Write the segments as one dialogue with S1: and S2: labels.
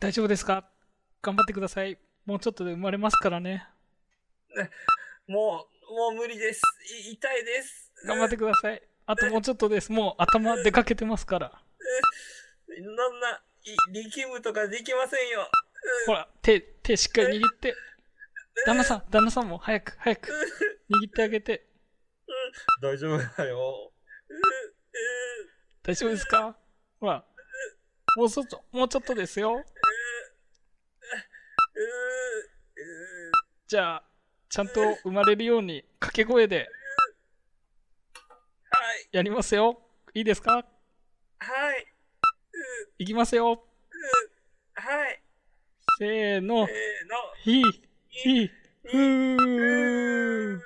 S1: 大丈夫ですか頑張ってください。もうちょっとで生まれますからね。
S2: もう、もう無理です。い痛いです。
S1: 頑張ってください。あともうちょっとです。もう頭出かけてますから。
S2: そんな、い力むとかできませんよ。
S1: ほら、手、手しっかり握って。旦那さん、旦那さんも早く、早く。握ってあげて。
S2: 大丈夫だよ。
S1: 大丈夫ですかほら。もうちょっと、もうちょっとですよ。じゃあ、ちゃんと生まれるように掛け声で
S2: はい、
S1: やりますよ。いいですか
S2: はい、
S1: いきますよ。
S2: はい。
S1: せーの
S2: せ。ーの。
S1: ひ、ひ、ふー。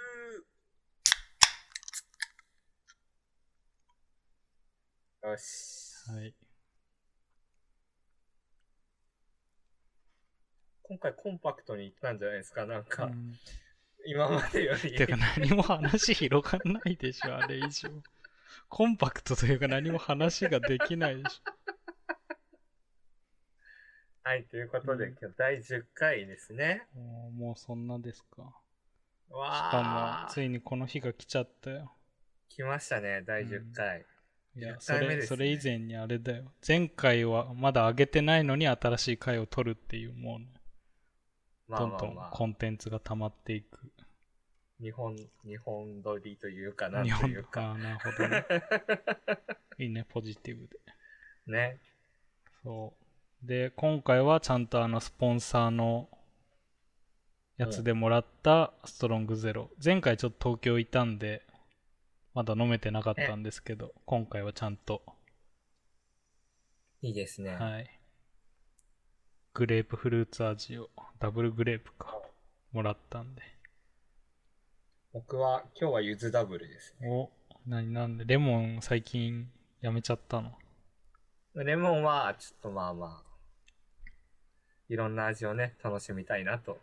S2: よし。
S1: はい。
S2: 今回コンパクトにいったんじゃないですか、なんか、
S1: うん
S2: 今までより。
S1: てか何も話広がんないでしょ、あれ以上。コンパクトというか何も話ができないでし
S2: はい、ということで、
S1: うん
S2: 今日第10回ですね。
S1: ょ。もう もうそんなですか。しか
S2: わ
S1: も、
S2: あ
S1: ついにこの日が来ちゃったよ。
S2: 来ましたね、第10回。
S1: いや、
S2: 10
S1: そ
S2: 回目
S1: れ、
S2: ですね
S1: それ以前にあれだよ。前回はまだ上げてないのに新しい回を取るっていう、もうね、
S2: まあ
S1: ど
S2: ま
S1: ん
S2: あ
S1: どん
S2: まあ、
S1: コンテンツが溜まっていく。
S2: 日本、日本撮りというかなん
S1: 日
S2: と
S1: 本
S2: いう
S1: の
S2: か。
S1: か、なるほど ね。いいね、ポジティブで。
S2: ね。
S1: そう。で、今回はちゃんとあの、スポンサーのやつでもらったストロングゼロ。前回ちょっと東京いたんで、まだ飲めてなかったんですけど、今回はちゃんと、
S2: いいですね。
S1: はい。グレープフルーツ味を、ダブルグレープか、もらったんで。
S2: 僕は、今日はゆずダブルですね。
S1: お、なになんで、レモン最近やめちゃったの。
S2: レモンは、ちょっとまあまあ、いろんな味をね、楽しみたいなと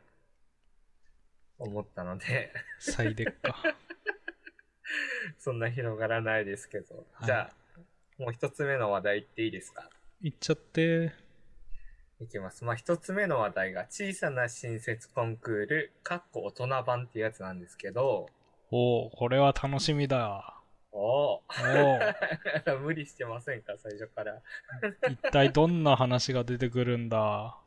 S2: 思ったので、
S1: サイデッカ。
S2: そんな広がらないですけど。
S1: はい
S2: じゃあ、もう一つ目の話題っていいですか
S1: いっちゃって、
S2: いきます。まあ、一つ目の話題が、小さな新設コンクール、かっこ大人版っていうやつなんですけど、
S1: おおこれは楽しみだ。
S2: お
S1: おお
S2: お 無理してませんか、最初から。
S1: 一体どんな話が出てくるんだ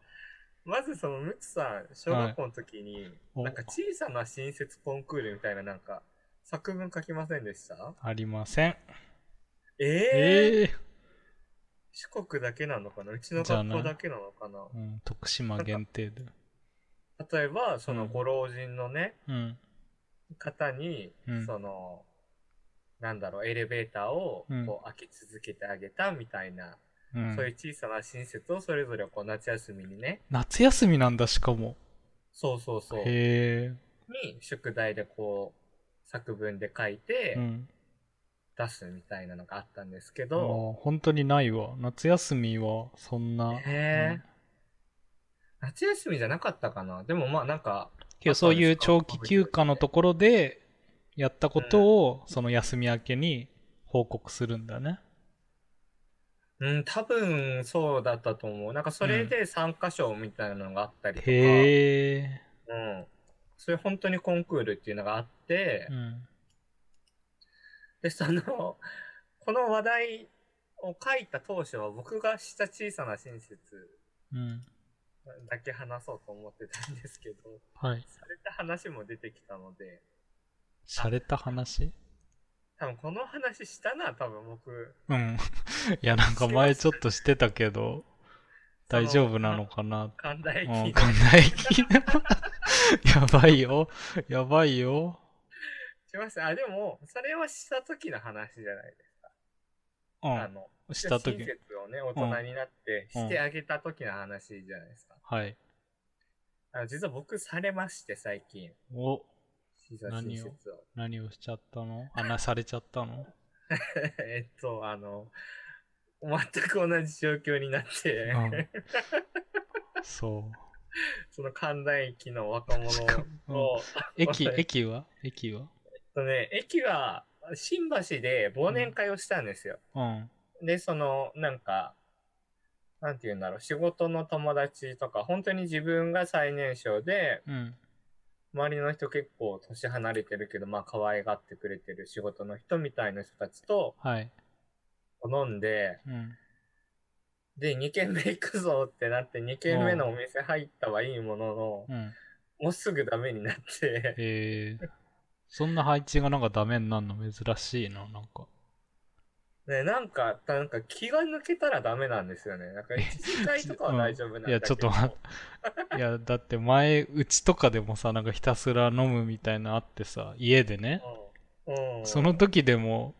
S2: まずその、むつさん、小学校の時に、
S1: お
S2: なんか小さな新設コンクールみたいななんか、作文書きませんでした
S1: ありません。
S2: ええ
S1: ええ
S2: 四国だけなのかなうちの
S1: じゃ
S2: 学
S1: ない
S2: 校だけなのかな
S1: うん、徳島限定で。
S2: 例えば、そうの
S1: ん
S2: ご老人のね、
S1: うん。
S2: 方に、
S1: うん
S2: その、なんだろう、エレベーターを
S1: うん
S2: こう開け続けてあげたみたいな、
S1: うん
S2: そういう小さな親切をそれぞれこう夏休みにね、
S1: 夏休みなんだ、しかも。
S2: そうそうそう、に
S1: へ
S2: 宿題でこう、作文で書い
S1: え。
S2: て
S1: うん。
S2: 出すみたいなのがあったんですけ
S1: あー
S2: ど、
S1: 本当にないわ。夏休みは、そんな。
S2: へえ夏休みじゃなかったかなでもまあなんか、
S1: けどそういう長期休暇のところで、やったことを、その休み明けに報告するんだね。
S2: うん、多分そうだったと思う。なんかそれで参加賞みたいなのがあったりとか、
S1: へえ。
S2: うん、それ本当にコンクールっていうのがあって、
S1: うん。
S2: で、その、この話題を書いた当初は僕がした小さな親切
S1: うん。
S2: だけ話そうと思ってたんですけど、
S1: はい。
S2: された話も出てきたので、
S1: 洒落た話
S2: 多分この話したな、多分僕。
S1: うん。 いや、なんか前ちょっとしてたけど、大丈夫なのかな
S2: その。神田駅
S1: うん、
S2: に
S1: かんない やばいよ。やばいよ。
S2: しました。あ、でも、それはした時の話じゃないです
S1: う
S2: か。あ
S1: ん。
S2: の、
S1: したとき
S2: 親。切をね、大人になってしてあげた時の話じゃないですか。
S1: はい。
S2: あの実は僕されまして、最近。
S1: お、
S2: 小さな親切を。
S1: 何をしちゃったの話されちゃったの
S2: えっと、あの、全く同じ状況になって、
S1: うん。そう。
S2: その神田駅の若者
S1: しかも
S2: を、
S1: 駅
S2: は、い
S1: 駅は駅は
S2: とね、駅が新橋で忘年会をしたんですよ。
S1: うん。
S2: で、その、なんか、なんて言うんだろう、仕事の友達とか、本当に自分が最年少で、
S1: うん。
S2: 周りの人結構年離れてるけど、まあ可愛がってくれてる仕事の人みたいな人たちと
S1: はい。
S2: 飲んで、
S1: うん。
S2: で、2軒目行くぞってなって、2軒目のお店入ったはいいものの、
S1: うん。
S2: もうすぐダメになって、
S1: えー、そんな配置がなんかダメになるの珍しいな、なんか。
S2: ね、なんか、なんか気が抜けたらダメなんですよね。なんか一時会とかは大丈夫なんだけど。
S1: いやちょっと待って いや、だって前、うちとかでもさ、なんかひたすら飲むみたいなあってさ、家でね、
S2: うん。うん。
S1: その時でも、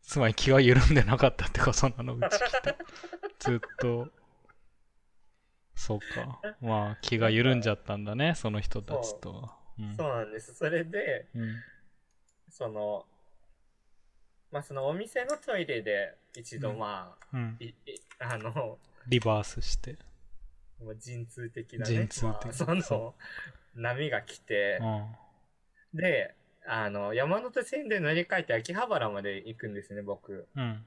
S1: つまり気が緩んでなかったってことなの、うち来 て。ずっと。そうか。まあ、気が緩んじゃったんだね、その人たちとは。うん
S2: そうなんです。それで、
S1: うん。
S2: その、まあそのお店のトイレで一度
S1: うん
S2: まあ、
S1: うん。
S2: いいあの、
S1: リバースして。
S2: もう陣痛的なね、
S1: 陣痛的
S2: まあその
S1: そ
S2: 波が来て
S1: う、ん。
S2: で、あの、山手線で乗り換えて秋葉原まで行くんですね、僕。
S1: うん。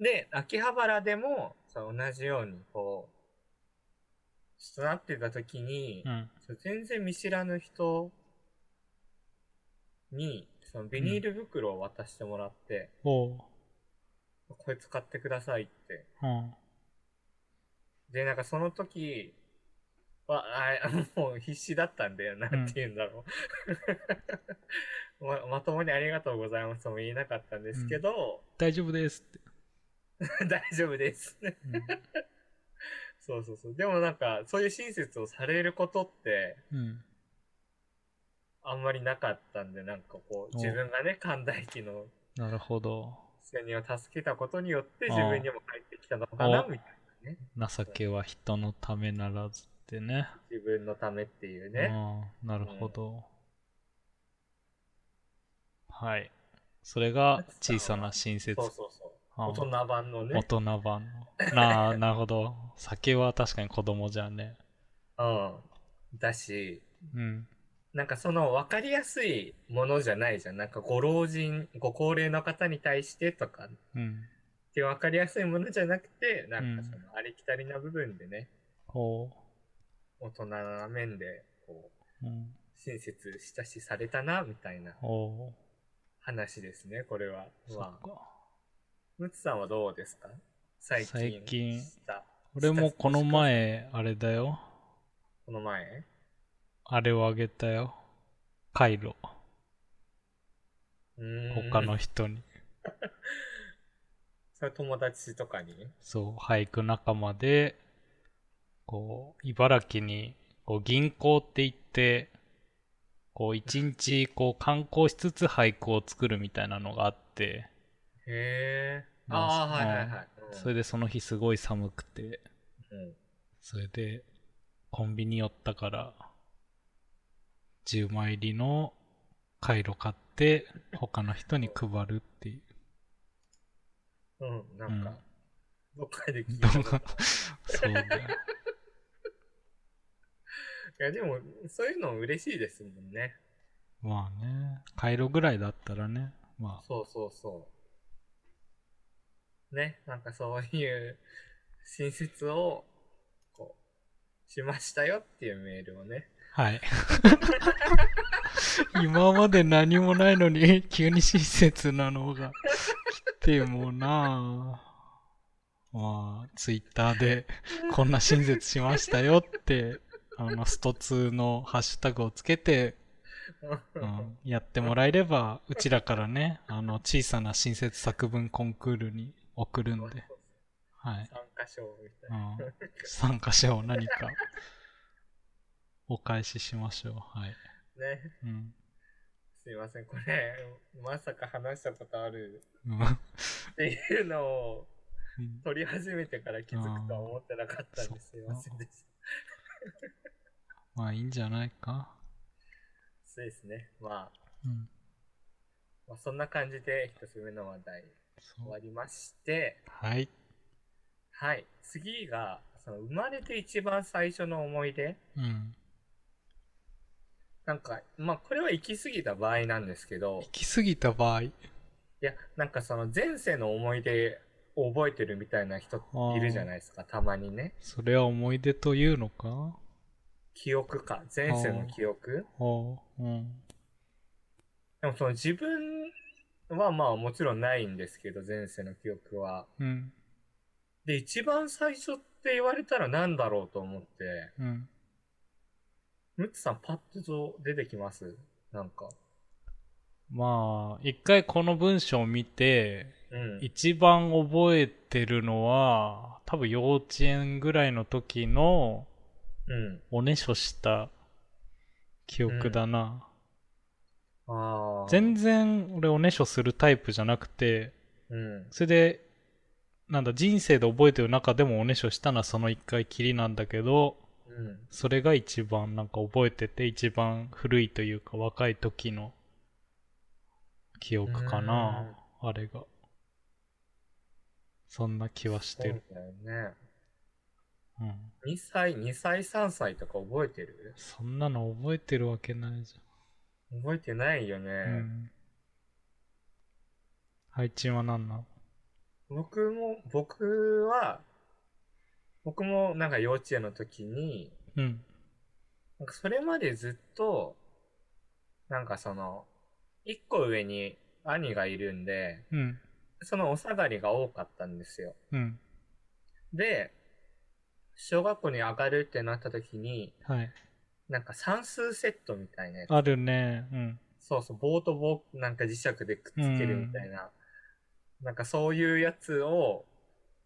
S2: で、秋葉原でも、そう同じように、こう、ちょっとなってた時に、
S1: うん。
S2: そう全然見知らぬ人に、そのビニール袋を渡してもらって、
S1: おう。
S2: これ使ってくださいって。
S1: うん。
S2: で、なんかその時は、あもう必死だったんだよ。なんて言うんだろう、 ま。まともにありがとうございますとも言えなかったんですけど、
S1: 大丈夫ですって。
S2: 大丈夫です。 そうそうそう。でもなんか、そういう親切をされることって、
S1: うん。 うん。
S2: あんまりなかったんで、なんかこ
S1: お
S2: う、自分がね、寛大期の
S1: なるほど。
S2: 人を助けたことによって、
S1: あ
S2: 自
S1: あ
S2: 分にも返ってきたのかな、
S1: お
S2: みたいなね。
S1: 情けは人のためならずってね。
S2: 自分のためっていうね。
S1: うん、なるほど、はいそれが小さな親切
S2: そうそうそう。
S1: あ
S2: 大人版の
S1: 大
S2: ね。
S1: 人版のなあなるほど酒は確かに子供じゃね
S2: うん。だし、
S1: うん
S2: なんかその分かりやすいものじゃないじゃん。なんかご老人、ご高齢の方に対してとか
S1: うん
S2: って分かりやすいものじゃなくて、なんか
S1: うん
S2: そのありきたりな部分でね、
S1: ほ
S2: 大人な面で、こう、
S1: う、うん、
S2: 親切したしされたな、みたいな
S1: ほ
S2: 話ですね、これは。
S1: うそっ
S2: まあ、
S1: か
S2: むつさんはどうですか最近。
S1: 最近
S2: した
S1: 俺もこの。前あれだよ
S2: この前
S1: あれをあげたよ回路
S2: うーん
S1: 他の人に、
S2: それ友達とかに
S1: そう俳句仲間でこう茨城にこう銀行って行ってこう一日こう観光しつつ俳句を作るみたいなのがあって
S2: へえ。
S1: ま
S2: あ
S1: あ
S2: あ、はいはいはい。うん
S1: それでその日すごい寒くて
S2: うん
S1: それでコンビニ寄ったから10枚入りのカイロ買って他の人に配るっていう
S2: うん、なんか、どっかで聞い
S1: 動
S2: たこと
S1: 画 そうだよ
S2: いや、でも、そういうの嬉しいですもんね。
S1: まあねカイロぐらいだったらねまあ
S2: そうそうそう。ね、なんかそういう親切を、こう、しましたよっていうメールをね。
S1: はい。 今まで何もないのに、 急に親切なのが来てもなあまあ、ツイッターで、こんな親切しましたよって、あの、スト2のハッシュタグをつけて、うん、やってもらえれば、うちらからね、あの、小さな親切作文コンクールに送るんで、はい。
S2: 参加賞みたい
S1: う
S2: な。
S1: ん、参加者を何か、お返ししましょう。はい。
S2: ね。
S1: うん
S2: すいません、これ、まさか話したことある
S1: うん
S2: っていうのを取り始めてから気づくとは思ってなかったん
S1: あー
S2: です。すいませんでした。
S1: まあいいんじゃないか。
S2: そうですね。まあ、
S1: うん。
S2: まあ、そんな感じで一つ目の話題
S1: そ
S2: 終わ
S1: う。
S2: りまして、
S1: はい。
S2: はい。次が、その生まれて一番最初の思い出。
S1: うん。
S2: なんか、まあ、これは行き過ぎた場合なんですけど
S1: 行、き過ぎた場合。
S2: いや、なんかその前世の思い出覚えてるみたいな人いるじゃないですか、たまにね。
S1: それは思い出というのか
S2: 記憶か、前世の記憶。
S1: おうん。
S2: でもその自分はまあもちろんないんですけど、前世の記憶は。
S1: うん。
S2: で、一番最初って言われたら何だろうと思って、
S1: うん。
S2: ムツさんパッと出てきますなんか。
S1: まあ、一回この文章を見て、
S2: うん。
S1: 一番覚えてるのは、多分幼稚園ぐらいの時の
S2: うん。
S1: おねしょした記憶だな。
S2: ああ。
S1: 全然俺おねしょするタイプじゃなくて、
S2: うん。
S1: それで、なんだ、人生で覚えてる中でもおねしょしたのはその一回きりなんだけど、
S2: うん。
S1: それが一番なんか覚えてて、一番古いというか若い時の記憶かな、あれが。そんな気はしてる。
S2: そうだよね。
S1: うん。
S2: 2歳、2歳、3歳とか覚えてる
S1: そんなの覚えてるわけないじ
S2: 覚えてないよね。
S1: ゃん。うん。配置は何なの
S2: 僕も、僕は、僕もなんか幼稚園の時に、
S1: うん。
S2: なんかそれまでずっと、なんかその、一個上に兄がいるんで、
S1: うん。
S2: そのお下がりが多かったんですよ。
S1: うん。
S2: で、小学校に上がるってなった時に、
S1: はい。
S2: なんか算数セットみたいなやつ。
S1: あるね。うん。
S2: そうそう、棒と棒、なんか磁石でくっつけるみたいな。なんかそういうやつを、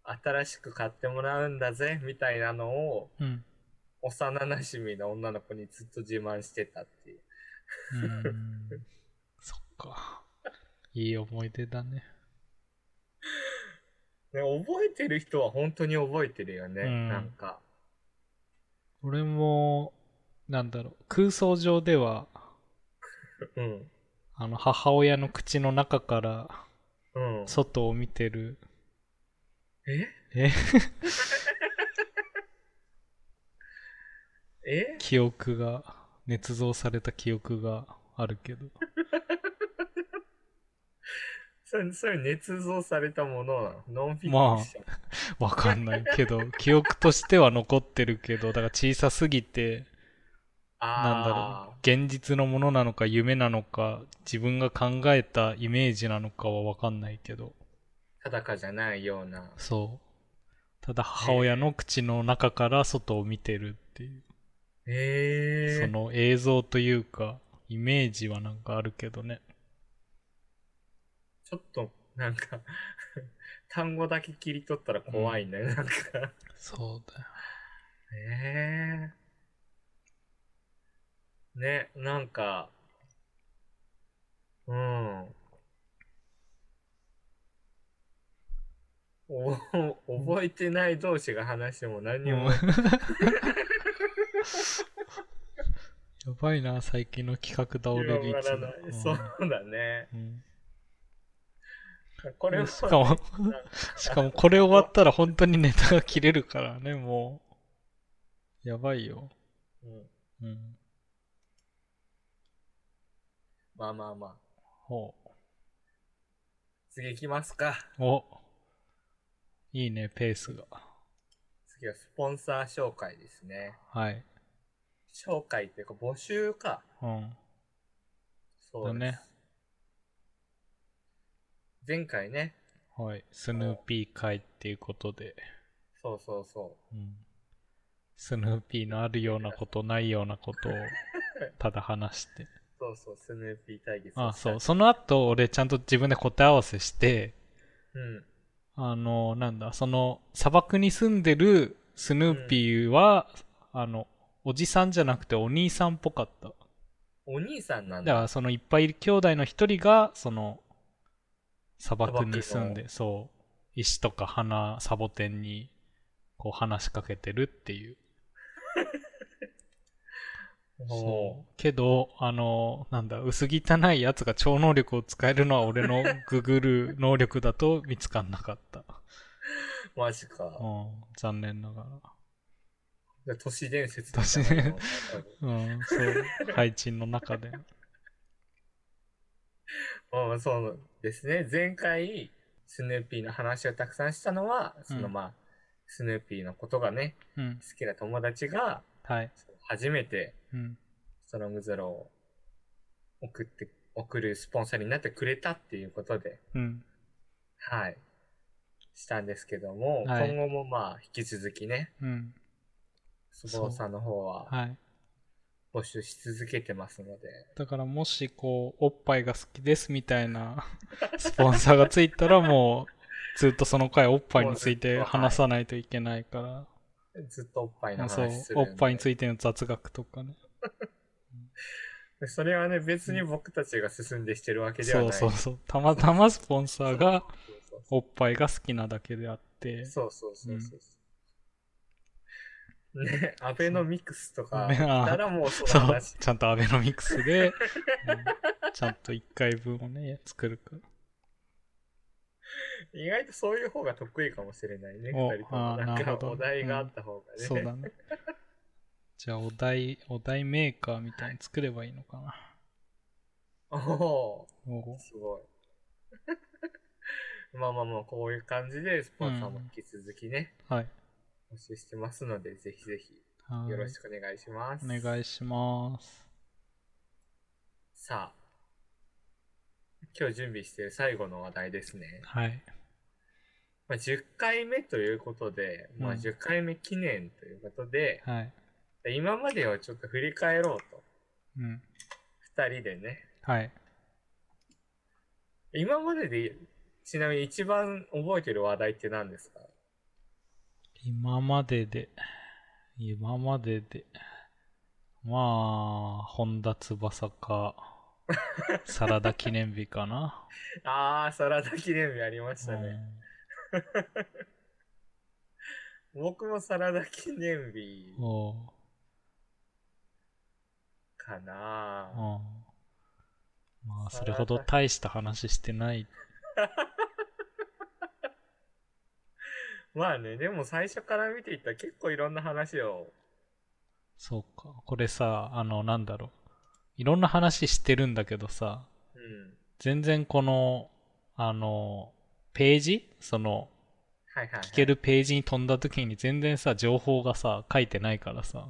S2: 新しく買ってもらうんだぜ、みたいなのを、
S1: うん。
S2: 幼馴染の女の子にずっと自慢してたっていう。
S1: うーんそっか。いい思い出だね。
S2: ね、覚えてる人は本当に覚えてるよね、
S1: うん
S2: なんか。
S1: 俺も、なんだろう、空想上では、
S2: うん。
S1: あの、母親の口の中から
S2: うん。
S1: 外を見てる。
S2: え
S1: え
S2: え
S1: 記憶が、捏造された記憶があるけど。
S2: それ、それ捏造されたものなのノンフィクション。
S1: わかんないけど、記憶としては残ってるけど、だから小さすぎて、なんだ
S2: あ
S1: ろう、現実のものなのか夢なのか、自分が考えたイメージなのかはわかんないけど。
S2: ー裸じゃないような。
S1: そう。ただ母親の口の中から外を見てるっていう、
S2: ええ
S1: その映像というか、イメージはなんかあるけどね。
S2: ちょっと、なんか、 単語だけ切り取ったら怖いね、なんか。
S1: そうだよ。
S2: ええね、なんか、うん。お、 覚えてない同士が話しても何にも、
S1: やばいな、最近の企画倒れる
S2: 広
S1: い
S2: が
S1: つだ
S2: らない。そうだね。
S1: うん
S2: これは、
S1: しかも、しかもこれ終わったら本当にネタが切れるからね、もう。やばいよ。
S2: うん
S1: うん。
S2: まあまあまあ。
S1: ほう。
S2: 次行きますか。
S1: お。いいね、ペースが。
S2: 次はスポンサー紹介ですね。
S1: はい。
S2: 紹介っていうか募集か。
S1: うん。
S2: そうです。
S1: だね
S2: 前回ね、
S1: はい。スヌーピー会っていうことで。
S2: そうそうそう。
S1: うんスヌーピーのあるようなことないようなこと をただ話して。
S2: そうそう、スヌーピー対決。
S1: あそう。。その後、俺ちゃんと自分で答え合わせして、
S2: うん。
S1: あの、なんだ、その砂漠に住んでるスヌーピーは、あの、おじさんじゃなくてお兄さんっぽかった。
S2: お兄さんなん
S1: だか
S2: だ。
S1: らそのいっぱいいる兄弟の一人が、その、砂漠に住ん
S2: 砂漠
S1: で、そう、石とか花、サボテンに、こう話しかけてるっていう。
S2: お
S1: そう。けど、あの、なんだ、薄汚いやつが超能力を使えるのは俺 のググる能力だと見つかんなかった。
S2: ーマジか。
S1: うん、残念なが
S2: じゃあ都市伝説
S1: 都市伝
S2: 説。
S1: ら。うん、そう。 配置の中で。
S2: うん、そうですね。前回、スヌーピーの話をたくさんしたのは、その
S1: うん
S2: まあ、スヌーピーのことがね、
S1: うん。
S2: 好きな友達が、
S1: はい。
S2: 初めて
S1: うん。
S2: ストロングゼロを送って、送るスポンサーになってくれたっていうことで、
S1: うん。
S2: はい、したんですけども、
S1: はい
S2: 今後もまあ、引き続きね、
S1: うん。
S2: スポンサーの方は
S1: はい。
S2: 募集し続けてますので、
S1: だからもしこう、おっぱいが好きですみたいなスポンサーがついたらもう、ずっとその回おっぱいについ て話さないといけないか
S2: ずっとおっぱい
S1: ら、
S2: の
S1: そう
S2: 話す、る
S1: お
S2: んで。
S1: っぱいについての雑学とかね。
S2: でそれはね、別に僕たちが進んでしてるわけでは
S1: そ
S2: な
S1: う
S2: い。
S1: そうそう。たまたまスポンサーが
S2: そう
S1: おっぱいが好きなだけであって、
S2: そうそうそうそうそう。ね、アベノミクスとか、
S1: ねあー
S2: たらもうそ
S1: そ
S2: の
S1: う
S2: 話。
S1: ちゃんとアベノミクスで、うんちゃんと1回分をね、作るから。
S2: 意外とそういう方が得意かもしれないね、
S1: お
S2: 二人とも。
S1: あー
S2: な
S1: なんる
S2: か
S1: ほど
S2: お題があった方がね。
S1: そうだね。じゃあ、お題、お題メーカーみたいに作ればいいのかな。
S2: お お
S1: おう
S2: ーすご い。まあまあまあ、こういう感じで、スポンサーも引き続きね、
S1: はい。
S2: 募集してますので、ぜひぜひ、
S1: はい
S2: よろしくお願いします。
S1: お願いします。
S2: さあ、今日準備している最後の話題ですね。
S1: はい。
S2: まあ、10回目ということで、まあ、
S1: うん
S2: 10回目記念ということで、
S1: はい。
S2: 今までをちょっと振り返ろうと、
S1: うん。
S2: 2人でね。
S1: はい。
S2: 今までで、ちなみに一番覚えてる話題って何ですか
S1: 今までで、今までで、まあ、本田翼か、サラダ記念日かな。
S2: あー、サラダ記念日ありましたね。僕もサラダ記念日
S1: うんおう
S2: かな
S1: うんまあ、
S2: サ
S1: それ
S2: ラダ
S1: ほど大した話してない。
S2: まあね、でも最初から見ていったら結構いろんな話を、
S1: そうか。これさ、あの、なんだろう。いろんな話してるんだけどさ、
S2: うん。
S1: 全然この、あの、ページその、
S2: はいはい、はい。
S1: 聞けるページに飛んだ時に全然さ、情報がさ、書いてないからさ。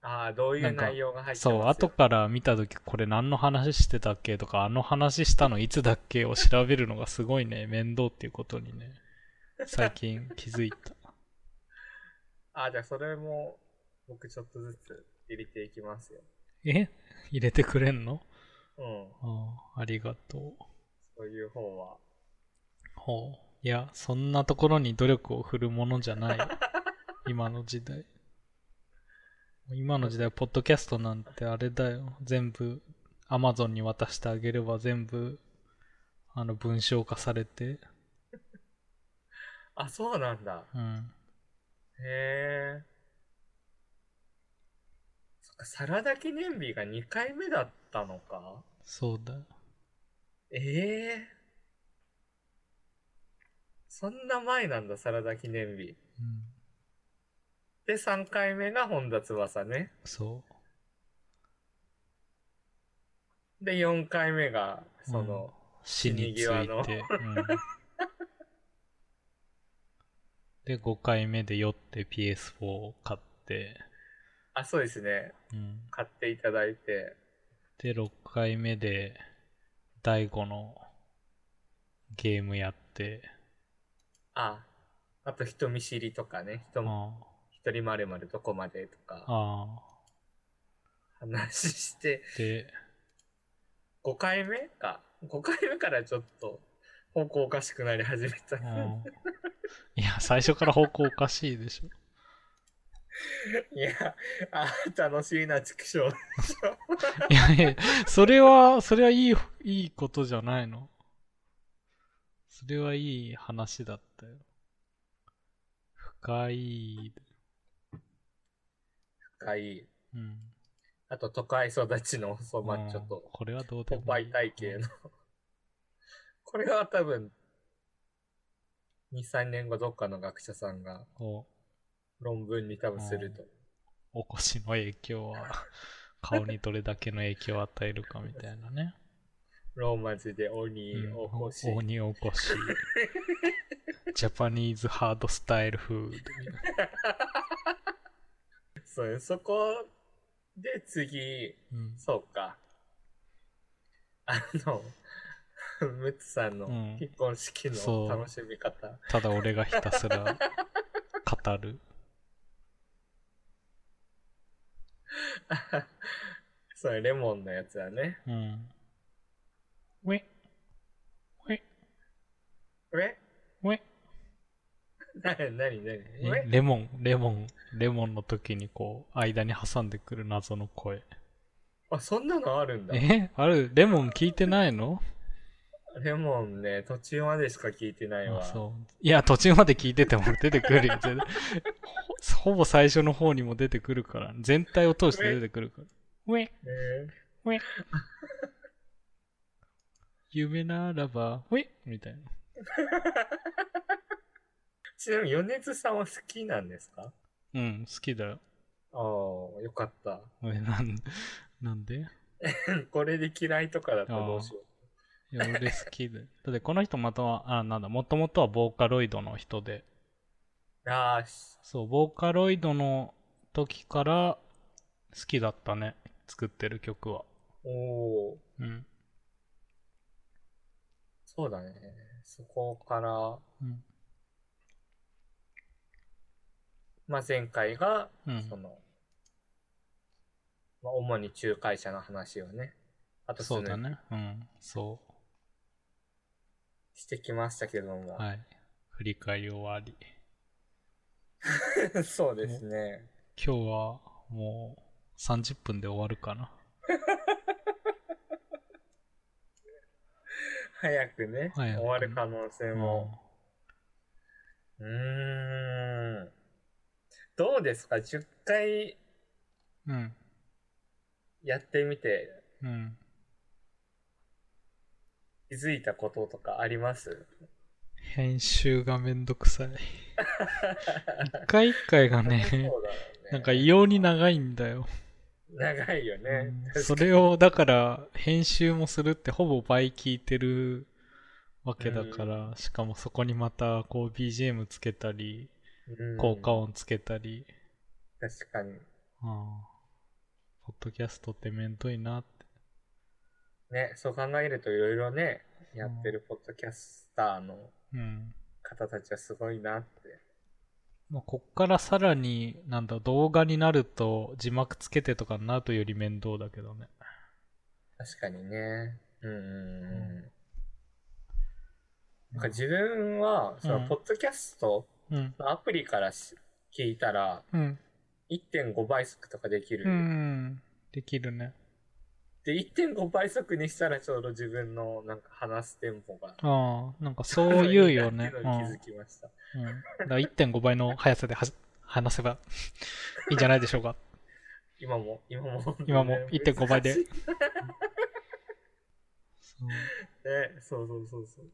S2: ああ、どうい
S1: な
S2: うん
S1: か
S2: 内容が入ってます
S1: そう、後から見た時これ何の話してたっけとか、あの話したのいつだっけを調べるのがすごいね、面倒っていうことにね、最近気づいた。
S2: あ、じゃあそれも僕ちょっとずつ入れていきますよ。
S1: え入れてくれんの
S2: うん。
S1: ああありがとう。
S2: そういう方は。
S1: ほう。いや、そんなところに努力を振るものじゃない。 今の時代。今の時代、ポッドキャストなんてあれだよ。全部、アマゾンに渡してあげれば全部、あの、文章化されて。
S2: あ、そうなんだ。
S1: うん。
S2: へえ。そっか、サラダ記念日が2回目だったのか
S1: そうだよ。
S2: ええそんな前なんだ、サラダ記念日。
S1: うん。
S2: で、3回目が本田翼ね。
S1: そう。
S2: で、4回目が、その、
S1: 死につ
S2: 死に際
S1: い
S2: の
S1: て。うん、で、5回目で酔って PS4 を買って。
S2: あ、そうですね。
S1: うん。
S2: 買っていただいて。
S1: で、6回目で、第5のゲームやって、
S2: あ、あと人見知りとかね、人も、
S1: あ
S2: 一人まるまるどこまでと
S1: あ、
S2: か
S1: あ
S2: 話して、
S1: あ、で、
S2: 5回目か。5回目からちょっと方向おかしくなり始めた。
S1: うんいや、最初から方向おかしいでしょ。
S2: いや、あー、楽しいな、畜
S1: い
S2: 生。
S1: やいや、それは、それはいい、いいことじゃないの。それはいい話だったよ。深い、
S2: かいい。
S1: うん。
S2: あと、都会育ちのおそば
S1: うん
S2: ちょっと、
S1: これはどうで
S2: ポ
S1: もいい。
S2: パイ体系の。これは多分、2、3年後どっかの学者さんが
S1: お
S2: 論文に多分すると。
S1: おこしの影響は顔にどれだけの影響を与えるかみたいなね。
S2: ローマ字で鬼をこし、
S1: 鬼起こし。ジャパニーズハードスタイルフード。
S2: そうそこで次、
S1: うん
S2: そうか。あの、ムツさんの
S1: うん
S2: 結婚式
S1: そ
S2: の
S1: う
S2: 楽しみ方。
S1: ただ俺がひたすら語る。
S2: それレモンのやつだね。
S1: うん。ウェウェ
S2: え
S1: ウェ
S2: なになになに
S1: えレモン、レモン、レモンの時にこう、間に挟んでくる謎の声。
S2: あ、そんなのあるんだ。
S1: えあれ、レモン聞いてないの
S2: レモンね、途中までしか聞いてないわ。
S1: あそう。いや、途中まで聞いてても出てくるよ。絶対ほほぼ最初の方にも出てくるから。全体を通して出てくるから。ウェ
S2: え
S1: 夢ならば、ウェみたいな。
S2: ーちなみに、米津さんは好きなんですか
S1: うん、好きだよ。
S2: ああ、よかった。
S1: え、なん、なんでい
S2: これで嫌いとかだったらどうしよ
S1: や、俺好きだよ。だってこの人または、あ、なんだ、もともとはボーカロイドの人で。
S2: う。ああ、し
S1: そう、ボーカロイドの時から好きだったね。作ってる曲は。
S2: おお
S1: うん。
S2: そうだね。そこから、
S1: うん
S2: まあ前回が、
S1: うん
S2: その、まあ主に仲介者の話をね、あと
S1: そうだ
S2: する
S1: ね。うん。そ
S2: してきましたけども
S1: う。、はい。振り返り終わり。
S2: そうですね。
S1: 今日はもう30分で終わるかな。
S2: 早くね、
S1: 早くね
S2: 終わる可能性も。
S1: も
S2: うーん。どうですか ?10 回
S1: う。うん。
S2: やってみて
S1: うん。
S2: 気づいたこととかあります
S1: 編集がめんどくさい。一回一回が
S2: そうだ
S1: ね
S2: ろ、うね
S1: なんか異様に長いんだよ。
S2: 長いよね。
S1: うんそ
S2: 確か
S1: れを、だから、編集もするってほぼ倍聞いてるわけだから、しかもそこにまた、こう、BGM つけたり、
S2: にうん
S1: 効果音つけたり、
S2: 確かに。
S1: ああポッドキャストってめんどいなって。
S2: ね、そう考えるといろいろね、やってるポッドキャスターの
S1: うん。
S2: 方たちはすごいなって。
S1: まあ、こっからさらに、なんだ、動画になると字幕つけてとかになるとより面倒だけどね。
S2: 確かにね。うんうんうん。なんか自分は、そ
S1: うん
S2: の、ポッドキャスト
S1: うん。
S2: のアプリからし聞いたら、
S1: うん。
S2: 1.5倍速とかできる。
S1: うん。できるね。
S2: で、1.5倍速にしたらちょうど自分のなんか話すテンポが。
S1: ああ、なんかそう言うよ
S2: いい
S1: ね
S2: な っ。ていう
S1: う
S2: のに気
S1: ん
S2: づ。きました。
S1: うん、だから1.5倍の速さではし話せば いいんじゃないでしょうか。
S2: 今も、今も。
S1: 今も1.5倍で
S2: 難しい
S1: そう
S2: ね、そうそうそうそう。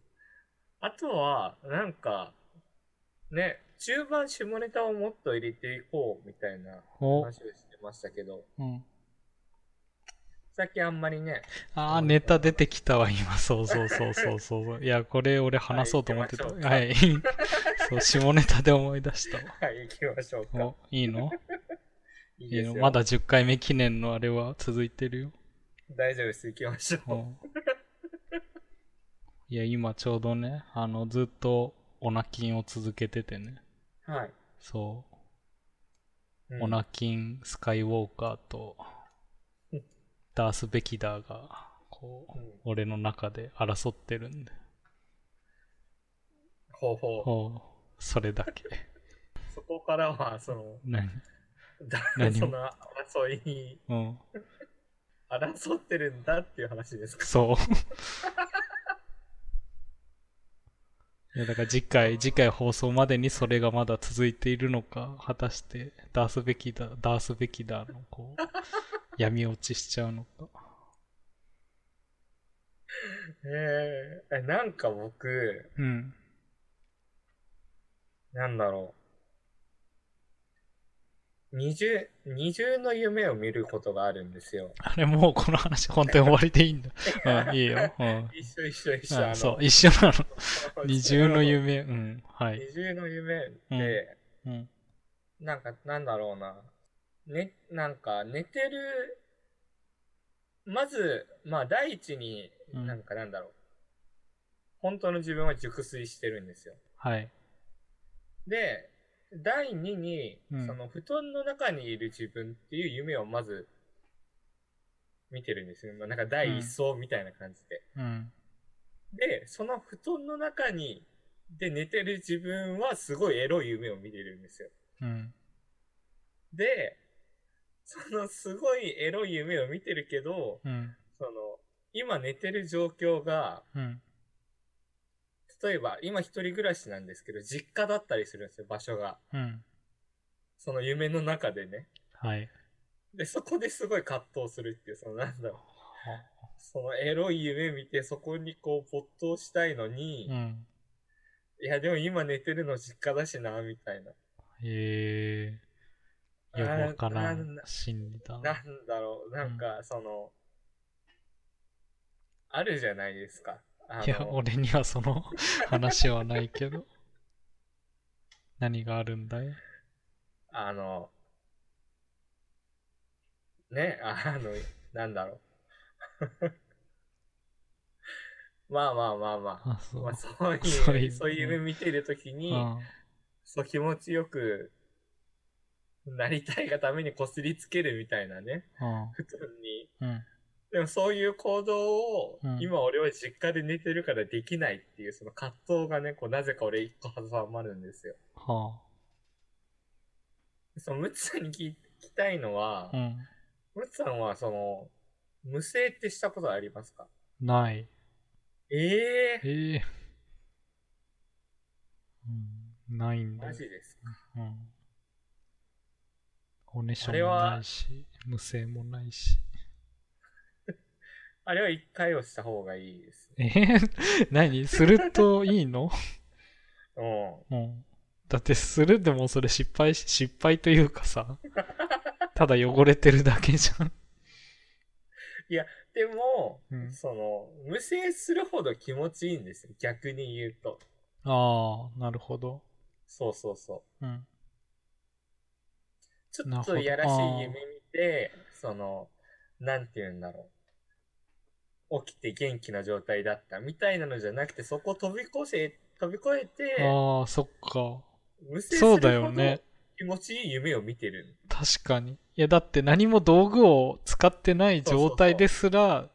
S2: あとは、なんか、ね、中盤下ネタをもっと入れていこうみたいな
S1: お、
S2: 話をしてましたけど、
S1: うん、
S2: 最近あんまりね、
S1: ああ、ネタ出てきたわ、今。そうそうそうそうそう。いや、これ俺話そうと思ってた。は
S2: はい
S1: い。そう、下ネタで思い出した
S2: はい、行きましょう
S1: わ。
S2: か。
S1: お、いいの
S2: いい
S1: いい
S2: です
S1: の
S2: よ。
S1: まだ10回目記念のあれは続いてるよ。
S2: 大丈夫です、行きましょう。
S1: おいや、今ちょうどね、あの、ずっとオナキンを続けててね。
S2: はい。
S1: そう。
S2: うん
S1: オナキン・スカイウォーカーと
S2: うん
S1: ダース・ベキダーがこう、
S2: うん
S1: 俺の中で争ってるんで、
S2: ほうほ
S1: おうそれだ け
S2: う。そこからは、その、
S1: 何
S2: だ
S1: 何
S2: その争い、
S1: うん
S2: 争ってるんだっていう話ですか。
S1: そういやだから次回次回放送までにそれがまだ続いているのか果たしてダース・ベキダーダース・ベキダーのこ う闇落ちしちゃうのか
S2: ええなんか僕、
S1: うん
S2: なんだろう。二重、二重の夢を見ることがあるんですよ。
S1: あれ、もうこの話、本当に終わりでいいんだ。 うん、いいよ。うん。
S2: 一緒一緒一緒。あ
S1: あ
S2: の
S1: そう、一緒なの。 二重の。
S2: そう
S1: 夢。うん。はい。
S2: 二重の夢って、
S1: うん。
S2: なんか、なんだろうな。ね、なんか、寝てる、まず、まあ、第一に、
S1: うん
S2: なんかなんだろう。本当の自分は熟睡してるんですよ。
S1: はい。
S2: で、第二に、
S1: うん
S2: その、布団の中にいる自分っていう夢をまず、見てるんですよ。まあなんか、第一層みたいな感じで。
S1: うん。
S2: で、その布団の中に、で、寝てる自分はすごいエロい夢を見てるんですよ。
S1: うん。
S2: で、そのすごいエロい夢を見てるけど、
S1: うん。
S2: その、今寝てる状況が、
S1: うん。
S2: 例えば今一人暮らしなんですけど、実家だったりするんですよ、場所が。
S1: うん。
S2: その夢の中でね。
S1: はい。
S2: で、そこですごい葛藤するっていう、そのなんだろう。そのエロい夢見て、そこにこう没頭したいのに、
S1: うん。
S2: いやでも今寝てるの実家だしな、みたいな。
S1: えー。よくわからん
S2: な。
S1: 心理だ
S2: な
S1: な。
S2: んだろう、なんか、その、あるじゃないですか。あの
S1: いや、俺にはそ の話はないけど。何があるんだい
S2: あの、ね、あの、なんだろう。 まあまあまあま
S1: あ、
S2: あ。
S1: そ
S2: まあ、
S1: う。
S2: そう
S1: そう
S2: い
S1: いう
S2: う、そういう夢見てるときに、
S1: うん。
S2: そう気持ちよくなりたいがためにこすりつけるみたいなね、
S1: うん
S2: 布団に。
S1: うん。
S2: でもそういう行動を
S1: うん、
S2: 今俺は実家で寝てるからできないっていうその葛藤がね、こうなぜか俺一個挟まるんですよ。
S1: は
S2: そのムツさんに聞きたいのは
S1: あ。う、ん。
S2: ムツさんはその、無声ってしたことありますか
S1: ない。
S2: ええ
S1: ええうん、ないんだ
S2: マ
S1: よ
S2: ジ。ですか
S1: うん。おねしょ
S2: あれ
S1: も
S2: は
S1: ないし、無声もないし。
S2: あれは一回をした方がいいです。
S1: え ー、何するといいの
S2: うん。
S1: うん。だってするでもそれ失敗し、失敗というか さ、ただ汚れてるだけじゃん。
S2: でも、
S1: うん
S2: その、無声するほど気持ちいいんですよ。逆に言うと。
S1: ああ、なるほど。
S2: そうそうそう。
S1: うん。
S2: ち
S1: なる
S2: ょっ
S1: ほど
S2: といやらしい
S1: あー
S2: 夢見て、その、なんて言うんだろう。起きて元気な状態だったみたいなのじゃなくて、そこを飛び越せ、飛び越えて、
S1: ああ、そっか。
S2: 無制
S1: そう
S2: す
S1: だ
S2: る
S1: よ
S2: ほど
S1: ね。
S2: 気持ちいい夢を見てる。
S1: 確かに。いや、だって何も道具を使ってない状態ですら、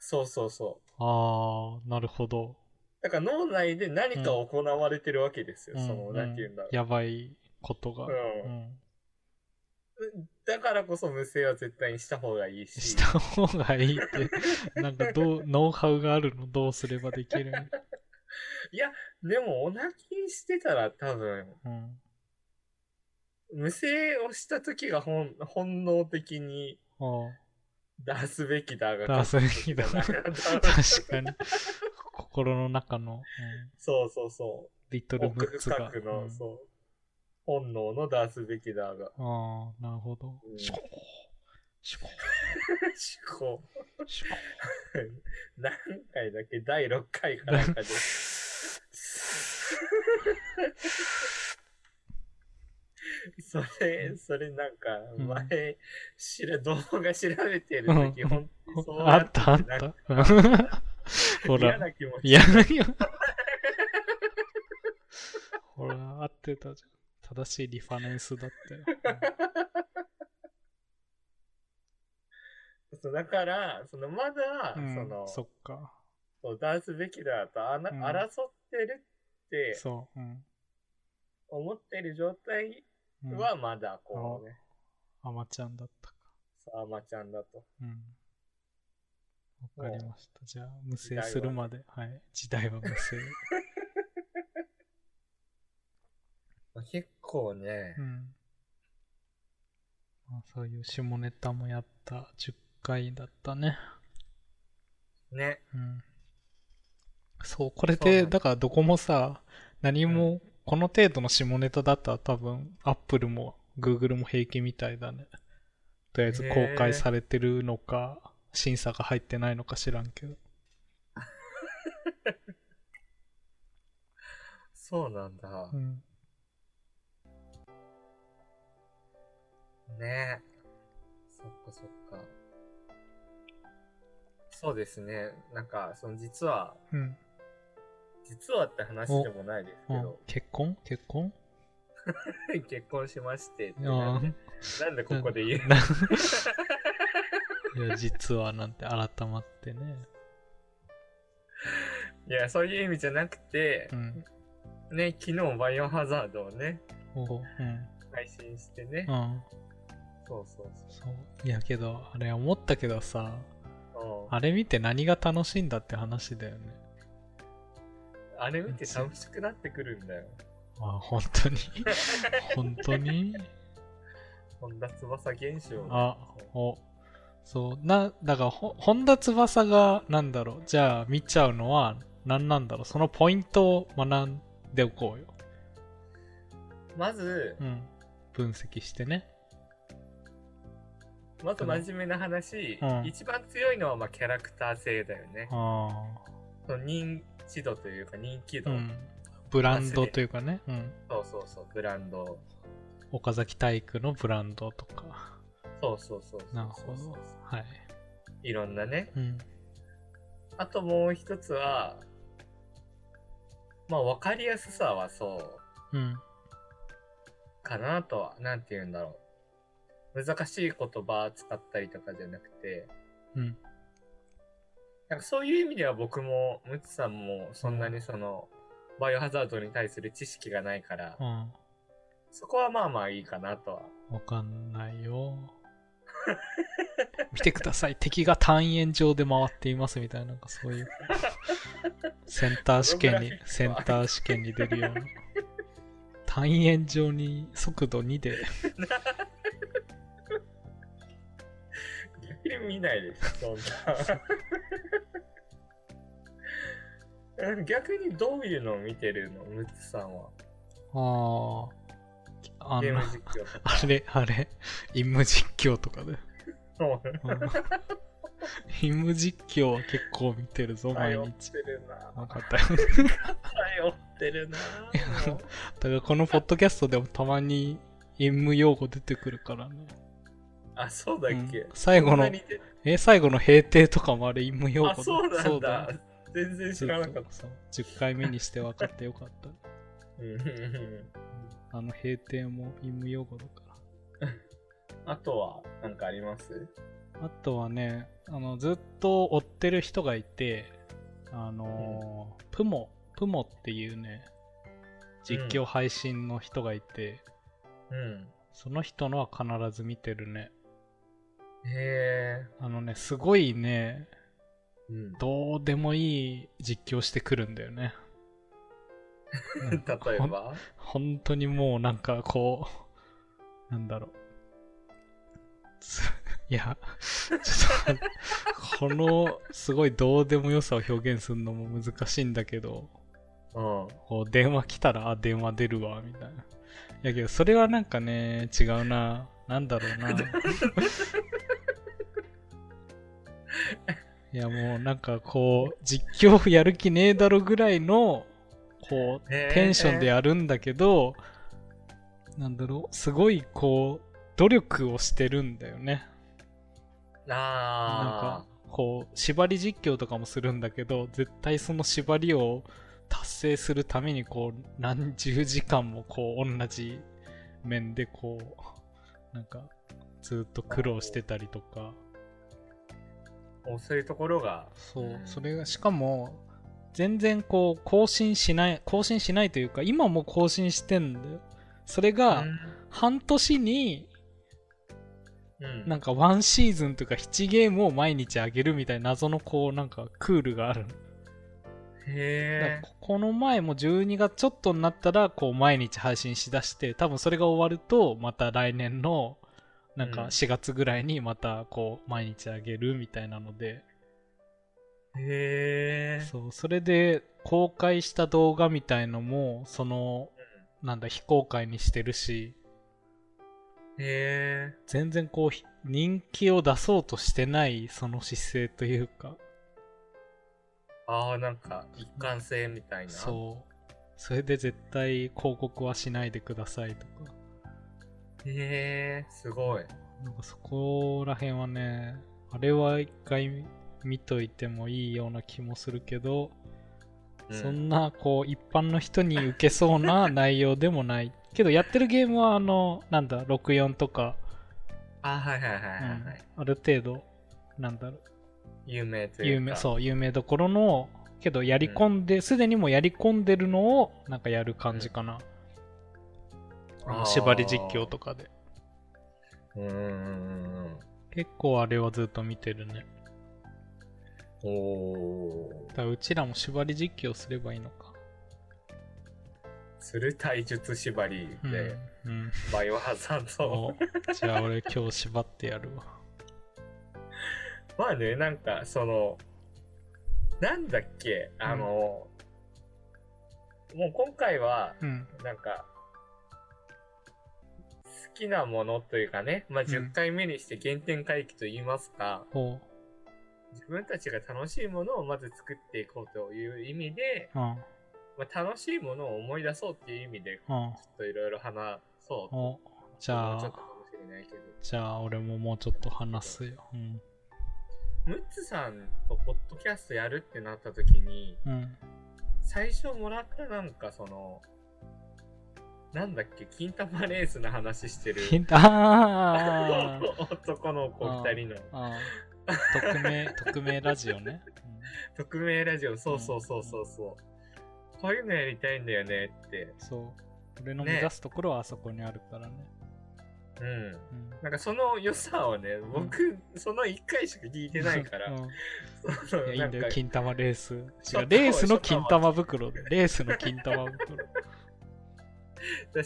S2: そうそうそう。
S1: ああ、なるほど。
S2: だから脳内で何か行われてるわけですよ。
S1: うん
S2: その、
S1: うん
S2: なんて言うんだろう。
S1: やばいことが。
S2: うん
S1: うん
S2: だからこそ無声は絶対にした方がいいし。
S1: した方がいいって、なんかどう、ノウハウがあるのどうすればできる
S2: でも、お泣きしてたら多分、
S1: うん。
S2: 無声をした時が本本能的に
S1: あ
S2: 出すべきだ
S1: あ、
S2: が。
S1: 出すべきだな。
S2: 多
S1: 確
S2: 分
S1: かに。心の中の、うん
S2: そうそうそ
S1: リト
S2: う。
S1: ルブ
S2: 奥
S1: ッツが
S2: 深。くの、
S1: うん
S2: そう。本能の出すべきだが。
S1: ああ、なるほど
S2: う。ん
S1: シュコーシュコー
S2: 思考。
S1: シュコー
S2: 何回だっけ第6回かなん かで。それ、それなんか、
S1: うん
S2: 前、しら、動画調べてるとき、
S1: うん
S2: 本当にそう
S1: あ
S2: な
S1: ってたあっ
S2: なんか
S1: た。ほ
S2: 嫌
S1: ら、
S2: な気持ち。
S1: いやいや。ほら、合ってたじゃん。正しいリファレンス だったよ。
S2: そうだから、その、まだ、
S1: うん
S2: そ
S1: うん
S2: の、
S1: そっか。
S2: そう出すべきだと、あな、
S1: うん
S2: 争ってるって
S1: そう。うん
S2: 思ってる状態
S1: うん。
S2: は、まだ、こうね、
S1: アマちゃんだったか。
S2: そうあまちゃんだと。
S1: うん。わかりました。じゃあ、無声するまで。はい。時代は無 声。
S2: まあ結構ね
S1: う、ん。まあ、そういう下ネタもやった10回だったね。
S2: ね、
S1: うん。そう、これ
S2: そうな
S1: で、
S2: んだ
S1: だからどこもさ、何も、この程度の下ネタだったら多分、アップルも Google も平気みたいだね。とりあえず公開されてるのか、審査が入ってないのか知らんけど。
S2: そうなんだ
S1: う。ん。
S2: ねえ。そっかそっか。そうですね。なんか、その実は、
S1: うん。
S2: 実はって話でもないですけ
S1: うん
S2: ど、
S1: 結婚結婚
S2: 結婚しましてってな
S1: あ
S2: んで、なんでここで言う
S1: ないや、実はなんて改まってね。
S2: いや、そういう意味じゃなくて
S1: う、ん。
S2: ね、昨日バイオハザードをね、
S1: おうん。
S2: 配信してね
S1: う。ん。
S2: そうそうそ
S1: そう。いやけど、あれ思ったけどさ、
S2: う。うん
S1: あれ見て何が楽しいんだって話だよね。
S2: あれ見て楽しくなってくるんだよ。
S1: あ、本当 に本当に
S2: 本田翼現象。
S1: あ、お。そう。な、だからほ、本田翼が、なんだろう、じゃあ見ちゃうのは、何なんだろう、そのポイントを学んでおこうよ。
S2: まず
S1: う、ん。分析してね。
S2: まず真面目な話、
S1: うん
S2: 一番強いのはまあキャラクター性だよね。
S1: あ
S2: その認知度というか人気
S1: あ。う
S2: 度、
S1: ん。ブランドというかね、うん。
S2: そうそうそう、ブランド。
S1: 岡崎体育のブランドとか。
S2: そうそうそうそうそう
S1: なるほど。はい。
S2: いろんなね。
S1: うん。
S2: あともう一つは、まあ分かりやすさはそう。
S1: うん。
S2: かなとは、なんて言うんだろう。難しい言葉使ったりとかじゃなくて、
S1: うん。
S2: なんかそういう意味では僕も、ムツさんもそんなにその、バイオハザードに対する知識がないから、
S1: うん。
S2: そこはまあまあいいかなとは。
S1: わかんないよ。 見てください、敵が単円上で回っていますみたいな、なんかそういう。センター試験に、センター試験に出るような。単円上に速度2で、
S2: 逆に見ない です、そんな。逆にどういうのを見てるのムツさんは。
S1: ああ、あ
S2: ゲー
S1: の
S2: ム、実況とか。
S1: あれ、あれ、イム実況とかで。
S2: そう。
S1: うんイム実況は結構見てるぞ、毎
S2: 頼っ
S1: 日
S2: て。るな。
S1: わかったよ。
S2: 頼ってるな。もう
S1: だからこのポッドキャストでもたまに陰夢用語出てくるからね。
S2: あ、そうだっけ、
S1: うん最後
S2: そんな
S1: の
S2: に、出て
S1: え、最後の閉廷とかもあれ陰夢用語
S2: あ、そうな
S1: そ
S2: ん
S1: うだ
S2: だ
S1: よ。
S2: 全然知らなかった。
S1: そうそう10回目にして分かってよかった。
S2: うんうんうん
S1: あの閉廷も陰夢用語だか
S2: あとは、なんかあります
S1: ら。あとはね、あの、ずっと追ってる人がいて、あのープモ、プモっていうね、実況配信の人がいて、
S2: うん。
S1: その人のは必ず見てるね。
S2: へえ。
S1: あのね、すごいね、
S2: うん。
S1: どうでもいい実況してくるんだよね。
S2: 例え
S1: ほん
S2: ば
S1: 本当にもうなんかこう、なんだろう。す いや、ちょっと待 って、このすごいどうでもよさを表現するのも難しいんだけど、
S2: うん。
S1: こう電話来たら、あ、電話出るわ、みたいな。いやけど、それはなんかね、違うな。なんだろうな。いや、もうなんかこう、実況やる気ねえだろぐらいの、こう、
S2: へえ
S1: テンションでやるんだけど、なんだろう、すごいこう、努力をしてるんだよね。なん
S2: あ
S1: かこう縛り実況とかもするんだけど絶対その縛りを達成するためにこう何十時間もこう同じ面でこうなんかずっと苦労してたりとか
S2: ーもうそういうところが。
S1: そう
S2: うん
S1: それがしかも全然こう更新しない更新しないというか今も更新してんだよそれが半年に
S2: うん。
S1: なんかワンシーズンとか7ゲームを毎日あげるみたいな謎のこうなんかクールがあるのだから
S2: へえ。
S1: ここの前も12月ちょっとになったらこう毎日配信しだして多分それが終わるとまた来年のなんか
S2: うん
S1: 4月ぐらいにまたこう毎日あげるみたいなので、
S2: へえ。
S1: そうそれで公開した動画みたいのもそのなんだ非公開にしてるし
S2: へえ。
S1: 全然こうひ人気を出そうとしてないその姿勢というか
S2: ああ、なんか、一貫性みたいな。
S1: そうそれで絶対広告はしないでくださいとか
S2: へえ、すごい。
S1: なんかそこら辺はねあれは一回見といてもいいような気もするけど、
S2: うん
S1: そんなこう一般の人に受けそう な内容でもないけどやってるゲームはあのなんだ64とか、
S2: あ、はいはいはいは
S1: うん
S2: いはい。
S1: ある程度なんだろう
S2: 有名というか。
S1: 有名そう有名どころのけどやり込んですで、にもうやり込んでるのをなんかやる感じかな、あ
S2: あ
S1: の
S2: ー
S1: 縛り実況とかで
S2: う。うんうんうんうん。
S1: 結構あれはずっと見てるね
S2: おー。
S1: だからうちらも縛り実況すればいいのか
S2: する体術縛り
S1: うん、
S2: で、
S1: うん、
S2: バイオハザードを
S1: おじゃあ俺今日縛ってやるわ
S2: まあね、なんか、その、なんだっけ、あの、もう今回は、
S1: うん
S2: なんか、好きなものというかね、まあ、
S1: ん
S2: 10回目にして原点回帰と言いますか、
S1: おう
S2: 自分たちが楽しいものをまず作っていこうという意味で、
S1: うん
S2: まあ、楽しいものを思い出そうっていう意味で、
S1: うん
S2: ちょっといろいろ話そう。
S1: おじゃ
S2: ちょっ
S1: あ
S2: とかもしれないけど。
S1: じゃあ俺ももうちょっと話すようん
S2: ムッツさんとポッドキャストやるってなった時に、
S1: うん
S2: 最初もらったなんかその、なんだっけ、金玉レースの話してる
S1: ヒントあー
S2: 男の子二人の
S1: あー匿名匿名ラジオね、うん
S2: 匿名ラジオ、そうそうそうそうそう。こういうのやりたいんだよねって。
S1: そう。俺の目指すところはあそこにあるからね。
S2: うん。
S1: うん
S2: なんかその良さをね、僕、その一回しか聞いて ないか
S1: う
S2: ら、
S1: ん
S2: その
S1: いやいいんだよ、金玉レース。
S2: ちょ
S1: 違
S2: っ
S1: う、
S2: と
S1: レースの金玉袋。レースの金玉 袋。
S2: 確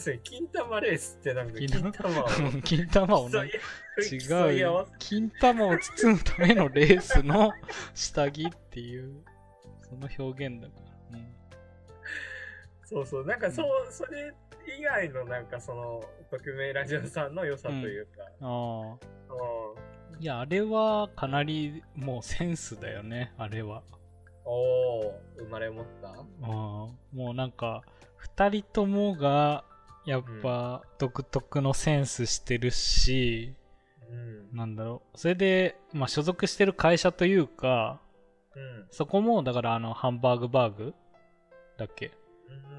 S2: かに金玉レースってなんか
S1: 金
S2: 金
S1: 玉
S2: 玉を
S1: うん金玉を
S2: 競
S1: ね
S2: い、
S1: 違
S2: 競
S1: う
S2: い合わ
S1: よ。金玉を包むためのレースの 下着っていう、その表現だから。うん
S2: せそうそう、なんかそう、それ以外のなんかその、匿名ラジオさんの良さというか、
S1: ああ。
S2: うん
S1: いや、あれはかなりもうセンスだよね、あれは。
S2: おお生まれ持った
S1: あーもうなんか2人ともがやっぱ独特のセンスしてるし、
S2: うん
S1: なんだろうそれで、まあ、所属してる会社というか
S2: うん
S1: そこもだからあのハンバーグバーグだっけっ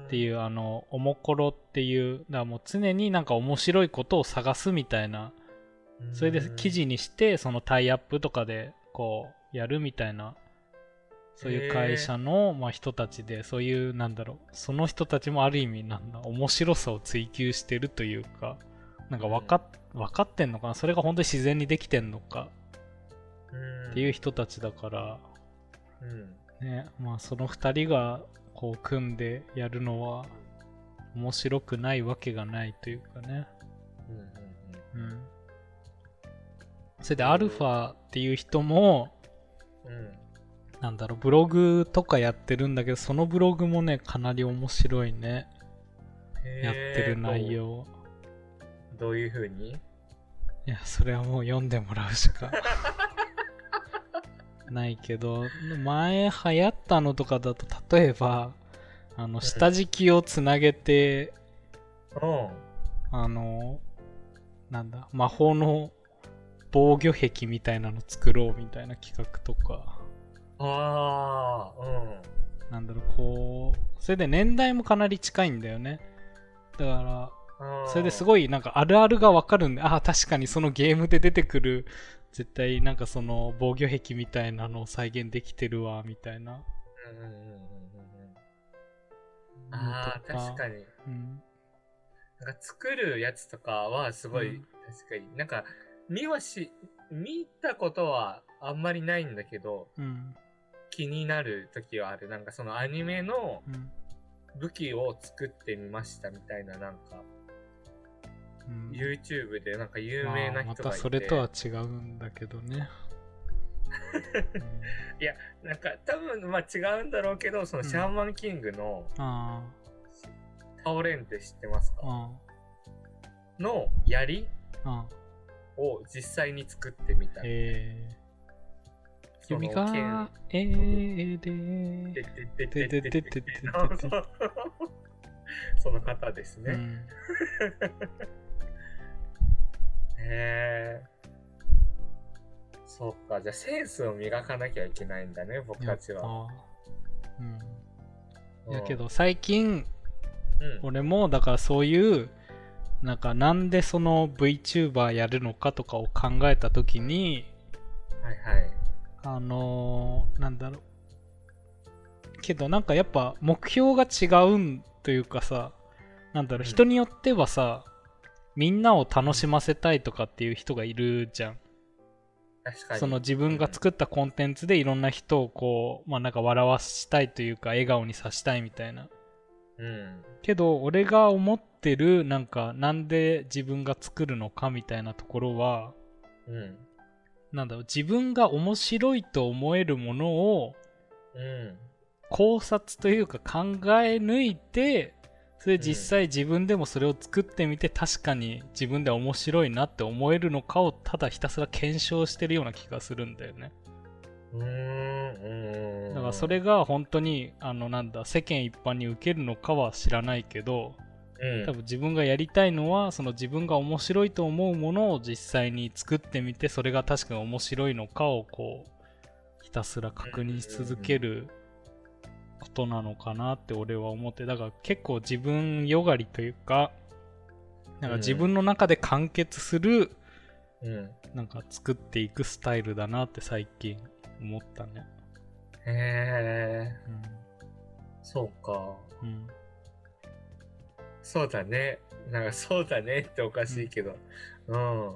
S1: て
S2: う
S1: いうあのおもころっていうだからもう常になんか面白いことを探すみたいなんそれで記事にしてそのタイアップとかでこうやるみたいなそういう会社のまあ人たちでそういうなんだろうその人たちもある意味なんだ面白さを追求してるというかなんか分かっ分かってんのかなそれが本当に自然にできてんのか
S2: うん
S1: っていう人たちだから
S2: うん
S1: ねまあその2人がこう組んでやるのは面白くないわけがないというかね
S2: うんうん
S1: うんそれでアルファっていう人も
S2: うんうん
S1: なんだろう、ブログとかやってるんだけど、そのブログもね、かなり面白いね。
S2: へー
S1: やってる内容。
S2: どうどういうふうに
S1: いや、それはもう読んでもらうしかないけど、前流行ったのとかだと、例えば、あの、下敷きをつなげて、
S2: うん
S1: あの、なんだ、魔法の防御壁みたいなの作ろうみたいな企画とか。
S2: ああうん
S1: なんだろう、こう、それで年代もかなり近いんだよね。だから、それです
S2: い
S1: ごいなんかあるあるがわかるんで、ああ、確かにそのゲームで出てくる、絶対なんかその防御壁みたいなのを再現できてるわ、みたいな。
S2: うんうんうんうんうんうんああ確か
S1: に。
S2: に
S1: うん。
S2: なんか作るやつとかはすごい、
S1: うん
S2: 確かになんか見はし見たことはあんまりないんだけど
S1: うん。
S2: 気になる時はあるなんかそのアニメの
S1: うん。
S2: 武器を作ってみましたみたいななんか
S1: うん
S2: YouTube でなんか有名
S1: ま
S2: な
S1: あま
S2: 人
S1: た
S2: がいて、
S1: それとは違うんだけど ね。うん
S2: なんか多分まあ違うんだろうけどそのシャーマンキングの
S1: あ
S2: タオレンって知ってます
S1: あ、
S2: か、
S1: あ
S2: の槍
S1: あ
S2: を実際に作ってみたい。
S1: えー、
S2: その
S1: 指が、えー、でー
S2: 剣てってってってってってのその方です
S1: う
S2: ね。
S1: ん、
S2: へえ。そっか、じゃあセンスを磨かなきゃいけないんだね、僕
S1: や
S2: た
S1: っ
S2: ち
S1: ぱ
S2: は。
S1: うん。や
S2: うん
S1: け、ど、最近、
S2: うん
S1: 俺もだからそういうなんかなんでその VTuber やるのかとかを考えた時に
S2: はいはい。
S1: あのーなんだろうけどなんかやっぱ目標が違うんというかさなんだろう、
S2: うん
S1: 人によってはさみんなを楽しませたいとかっていう人がいるじゃん、
S2: 確かに。
S1: その自分が作ったコンテンツでいろんな人をこうまあなんか笑わしたいというか笑顔にさしたいみたいな
S2: うん。
S1: けど俺が思ってるなんかなんで自分が作るのかみたいなところは
S2: うん。
S1: なんだろう自分が面白いと思えるものを
S2: うん。
S1: 考察というか考え抜いてそれで実際自分でもそれを作ってみて確かに自分では面白いなって思えるのかをただひたすら検証してるような気がするんだよね
S2: うーん。
S1: だからそれが本当にあのなんだ世間一般に受けるのかは知らないけど
S2: うん、
S1: 多分自分がやりたいのはその自分が面白いと思うものを実際に作ってみてそれが確かに面白いのかをこうひたすら確認し続けることなのかなって俺は思ってだから結構自分よがりというかなんか自分の中で完結する
S2: うん。
S1: なんか作っていくスタイルだなって最近思ったね。
S2: へえ、そうか。
S1: うんうん
S2: そうだね。なんかそうだねっておかしいけど。うん。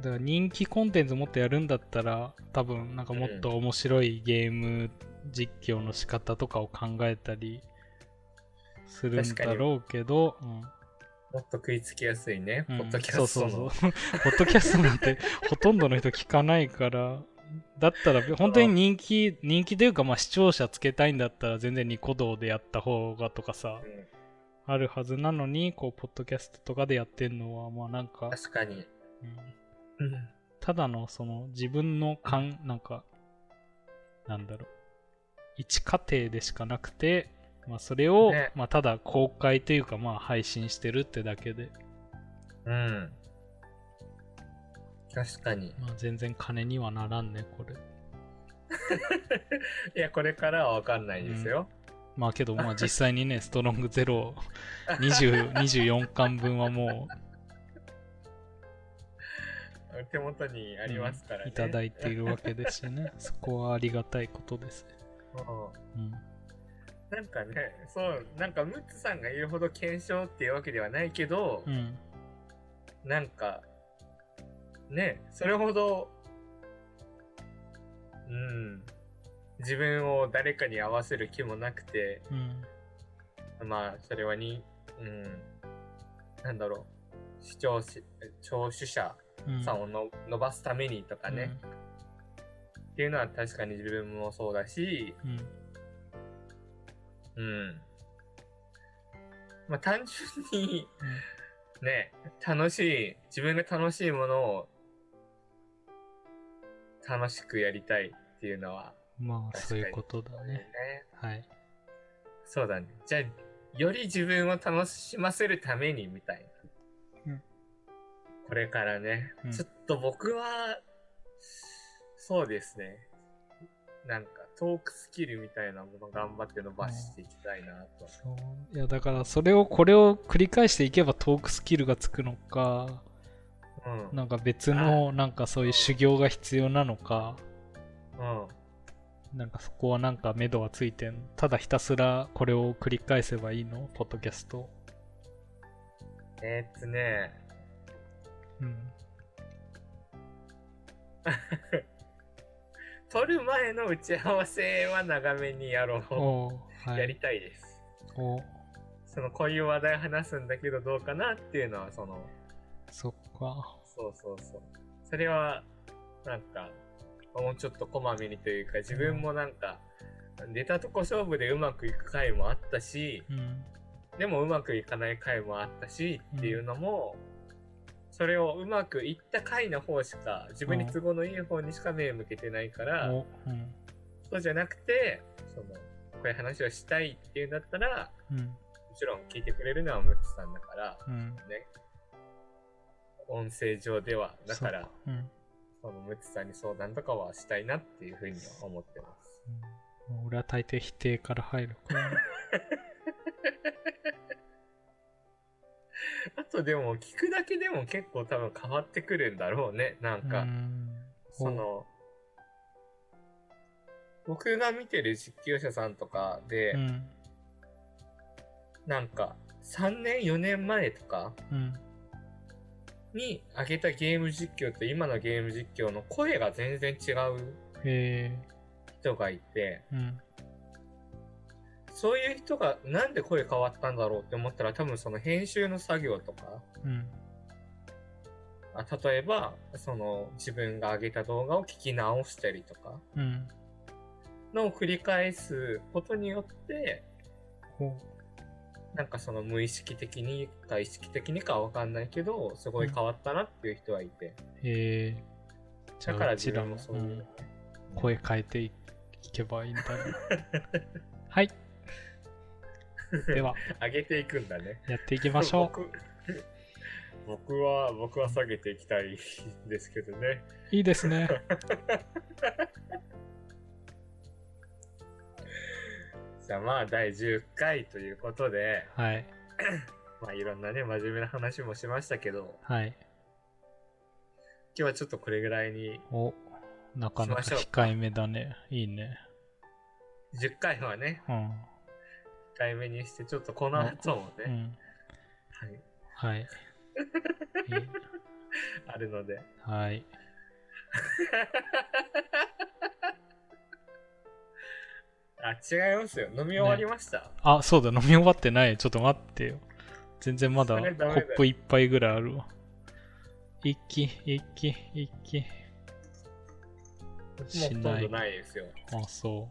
S1: だから人気コンテンツもっとやるんだったら多分なんかもっと面白いゲーム実況の仕方とかを考えたりするんだろうけど、うん
S2: もっと食いつきやすいね。
S1: うん
S2: ポッドキャストの。
S1: そう そうそうポッドキャストなんてほとんどの人聞かないからだったら本当に人気人気というかまあ視聴者つけたいんだったら全然ニコ動でやった方がとかさ
S2: うん
S1: あるはずなのにこうポッドキャストとかでやってんのはまあなんか、
S2: 確かに。
S1: うん
S2: うん。
S1: ただのその自分の感なんかなんだろう一過程でしかなくて、まあ、それを、
S2: ね
S1: まあ、ただ公開というかまあ配信してるってだけで、
S2: うん。確かに。
S1: まあ、全然金にはならんねこれ
S2: いや、これからはわかんないですよ。
S1: まあけど まあ実際にねストロングゼロ20 24巻分はも
S2: 手元にありますからね。
S1: ういただいているわけですしねそこはありがたいことです、
S2: うん
S1: うん、
S2: なんかね、そう、なんかムッツさんが言うほど検証っていうわけではないけど、
S1: うん
S2: なんか、ね、それほど、うん、自分を誰かに合わせる気もなくて、
S1: うん
S2: まあ、それはに、うん、なんだろう、視聴し、聴取者
S1: うん
S2: さんをの、伸ばすためにとかね、っていうのは確かに自分もそうだし、
S1: うんうん
S2: うん。まあ、単純に、ね、楽しい、自分が楽しいものを楽しくやりたいっていうのは、
S1: まあそういうことだねはい
S2: そうだね。じゃあ、より自分を楽しませるためにみたいな。
S1: うん
S2: これからね、
S1: うん
S2: ちょっと僕は、そうですね。なんか、トークスキルみたいなもの頑張って伸ばしていきたいなと。
S1: そういやだからそれをこれを繰り返していけばトークスキルがつくのか
S2: うん。
S1: なんか別のなんかそういう修行が必要なのか
S2: うん。
S1: なんかそこはなんか目処はついてんただひたすらこれを繰り返せばいいのポッドキャスト
S2: えーっとね、
S1: うん
S2: 撮る前の打ち合わせは長めにやろう。
S1: おうは
S2: やり
S1: い
S2: たいです。
S1: おう
S2: そのこういう話題話すんだけどどうかなっていうのはその
S1: そっか
S2: そうそうそう。それはなんかもうちょっとこまめにというか自分もなんか出たとこ勝負でうまくいく回もあったし
S1: うん
S2: でもうまくいかない回もあったしっていうのも、それをうまくいった回の方しか、自分に都合のいい方にしか目向けてないから、
S1: おうん
S2: そうじゃなくて、その、こういう話をしたいっていうんだったら、
S1: うん
S2: もちろん聞いてくれるのはムッツさんだから、
S1: うん
S2: ね。音声上では、だから、
S1: そううん
S2: そのムツさんに相談とかはしたいなっていうふうには思ってます。
S1: うん俺は大抵否定から入る からね
S2: あとでも聞くだけでも結構多分変わってくるんだろうね。なんか、
S1: うん
S2: その、僕が見てる実況者さんとかで、
S1: うん
S2: なんか3年4年前とか
S1: うん
S2: に上げたゲーム実況と今のゲーム実況の声が全然違う
S1: へ
S2: 人がいて、
S1: えうん
S2: そういう人がなんで声変わったんだろうって思ったら多分その編集の作業とか、
S1: うん
S2: あ例えば、その自分が上げた動画を聞き直したりとか
S1: うん
S2: のを繰り返すことによって、
S1: ほ
S2: なんかその無意識的にか意識的にかわかんないけど、すごい変わったなっていう人はいて。
S1: うへえじゃ
S2: だ
S1: あ
S2: から
S1: うち
S2: 自
S1: ら
S2: 分
S1: も
S2: もそういう、
S1: うん声変えていけばいいんだ ねはいでは
S2: 上げていくんだね。
S1: やっていきましょう
S2: 僕僕は、僕は下げていきたいんですけどね。
S1: いいですね
S2: じゃあまあ第10回ということで、
S1: はい
S2: まあいろんなね、真面目な話もしましたけど、今
S1: はい
S2: 日はちょっとこれぐらいに、
S1: おなかなか
S2: しましょう
S1: 控えめだねいいね
S2: 10回はね、
S1: うん、
S2: 1回目にして、ちょっとこの後も
S1: う
S2: ね、
S1: ん、
S2: はい、
S1: はいいい
S2: あるので。
S1: はい
S2: あ、違いますよ。飲み終わりました。
S1: あそうだ飲み終わってないちょっと待ってよ全然まだ
S2: そ
S1: コ
S2: れダメだよ
S1: ップ一杯ぐらいあるわ一気一気一気
S2: もうほ
S1: し
S2: とん
S1: ない
S2: どないですよ。
S1: あそ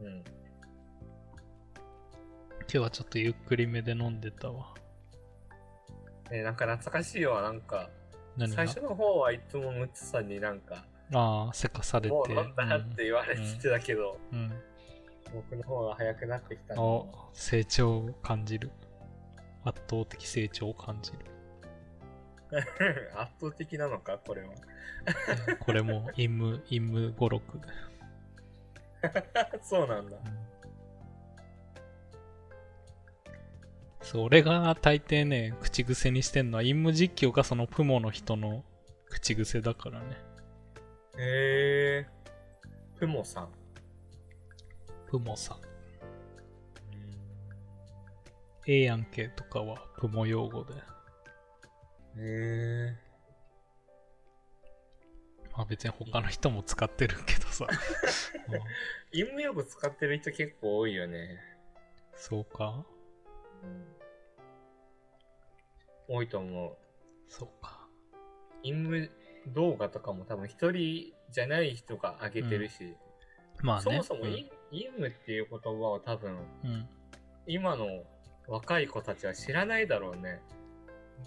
S1: う
S2: うん。
S1: 今日はちょっとゆっくりめで飲んでたわ
S2: ね、なんか懐かしいわ。なんか、
S1: 何が
S2: 最初の方はいつもムッツさんになんか、
S1: ああせかされて
S2: もう飲んだなって言われてたけど、
S1: うん、
S2: 僕の方が早くなってきた
S1: うん、
S2: の
S1: お成長を感じる圧倒的成長を感じる
S2: 圧倒的なのか、これは。
S1: これも 陰夢陰夢語録だよ、
S2: そうなんだ。
S1: うんそう俺が大抵ね口癖にしてんのは陰夢実況かそのプモの人の口癖だからね
S2: へえー。プモさん。
S1: プモさんええやんけとかはプモ用語で
S2: へえ
S1: まあ別に他の人も使ってるけど さ、うん
S2: ー。陰用語使ってる人結構多いよね。
S1: そうか
S2: 多いと思う。
S1: そうか
S2: インム動画とかも多分一人じゃない人が上げてるし、
S1: まあね
S2: そもそも
S1: うん
S2: イ,、ンムっていう言葉を多分
S1: うん
S2: 今の若い子たちは知らないだろうね。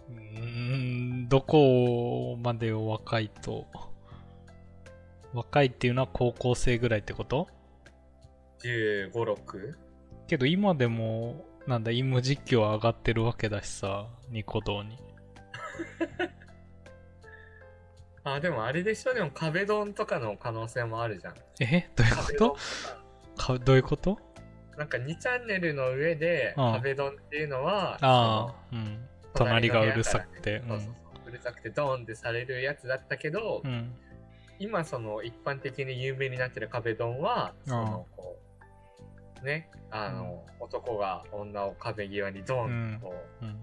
S1: うーんどこまでを若いと若いっていうのは高校生ぐらいってこと
S2: 15、6?
S1: けど今でもなんだ陰謀実況は上がってるわけだしさニコ動に
S2: あ、でもあれでしょでも壁ドンとかの可能性もあるじゃん。
S1: えどういうこ
S2: 壁ドン
S1: とかどういうこと
S2: なんか2チャンネルの上で
S1: うん
S2: 壁ドンっていうのは、
S1: ああうん隣がうるさくて
S2: そのそうそうそううるさくてドンってされるやつだったけど、
S1: うんうん
S2: 今その一般的に有名になってる壁ドンはそのこうねあの、男が女を壁際にドンとこ
S1: うん
S2: う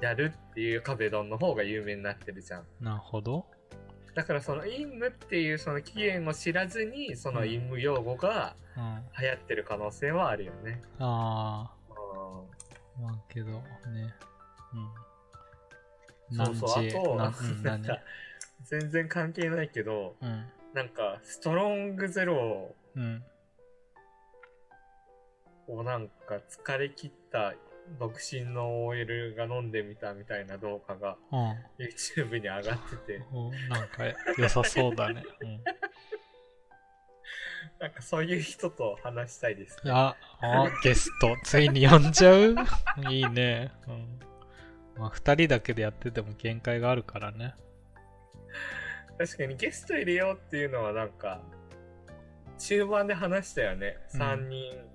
S2: やるっていう壁ドンの方が有名になってるじゃん
S1: なるほど
S2: だからその陰夢っていうその起源を知らずにその陰夢用語が
S1: うんあ
S2: 流行ってる可能性はあるよね、
S1: あ
S2: う
S1: まあけどね。うん。
S2: ん、そうそうあと
S1: 何時な
S2: な
S1: うんん
S2: か 全然関係ないけど
S1: 何
S2: なんかストロングゼロ
S1: うん。うん。
S2: をなんか疲れ切った独身の OL が飲んでみたみたいな動画が
S1: うん
S2: YouTube に上がって て、
S1: おなんか良さそうだね、うん
S2: なんかそういう人と話したいです。
S1: あ、あゲスト、ついに呼んじゃういいね。うん。まあ、二人だけでやってても限界があるからね。
S2: 確かにゲスト入れようっていうのはなんか、中盤で話したよね。
S1: うん
S2: 3人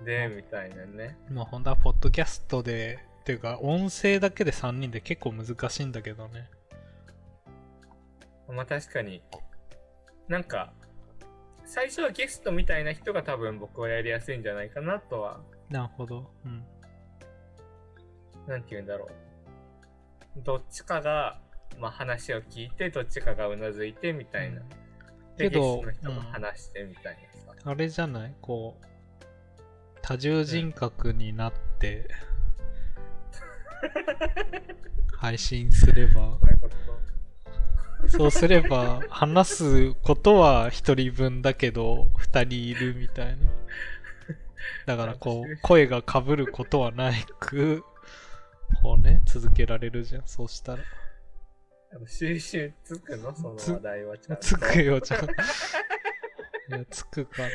S1: うん。
S2: で、みたいなね。
S1: まあ、本当はポッドキャストで、っていうか、音声だけで3人で結構難しいんだけどね。
S2: まあ確かに。なんか、最初はゲストみたいな人が多分僕はやりやすいんじゃないかなとは、
S1: なるほど。うん。
S2: なんて言うんだろう。どっちかが、まあ話を聞いて、どっちかがうなずいてみたいな。
S1: け
S2: で
S1: ど
S2: ゲストの人も話してみたいなさ。
S1: あれじゃないこう、多重人格になって、配信すれば。
S2: そういうこと
S1: そうすれば話すことは1人分だけど2人いるみたいなだからこう声がかぶることはなくこうね続けられるじゃんそうしたら
S2: あの収集つくのその
S1: つ
S2: 話題はちゃんと。
S1: つくよちゃんといやつくから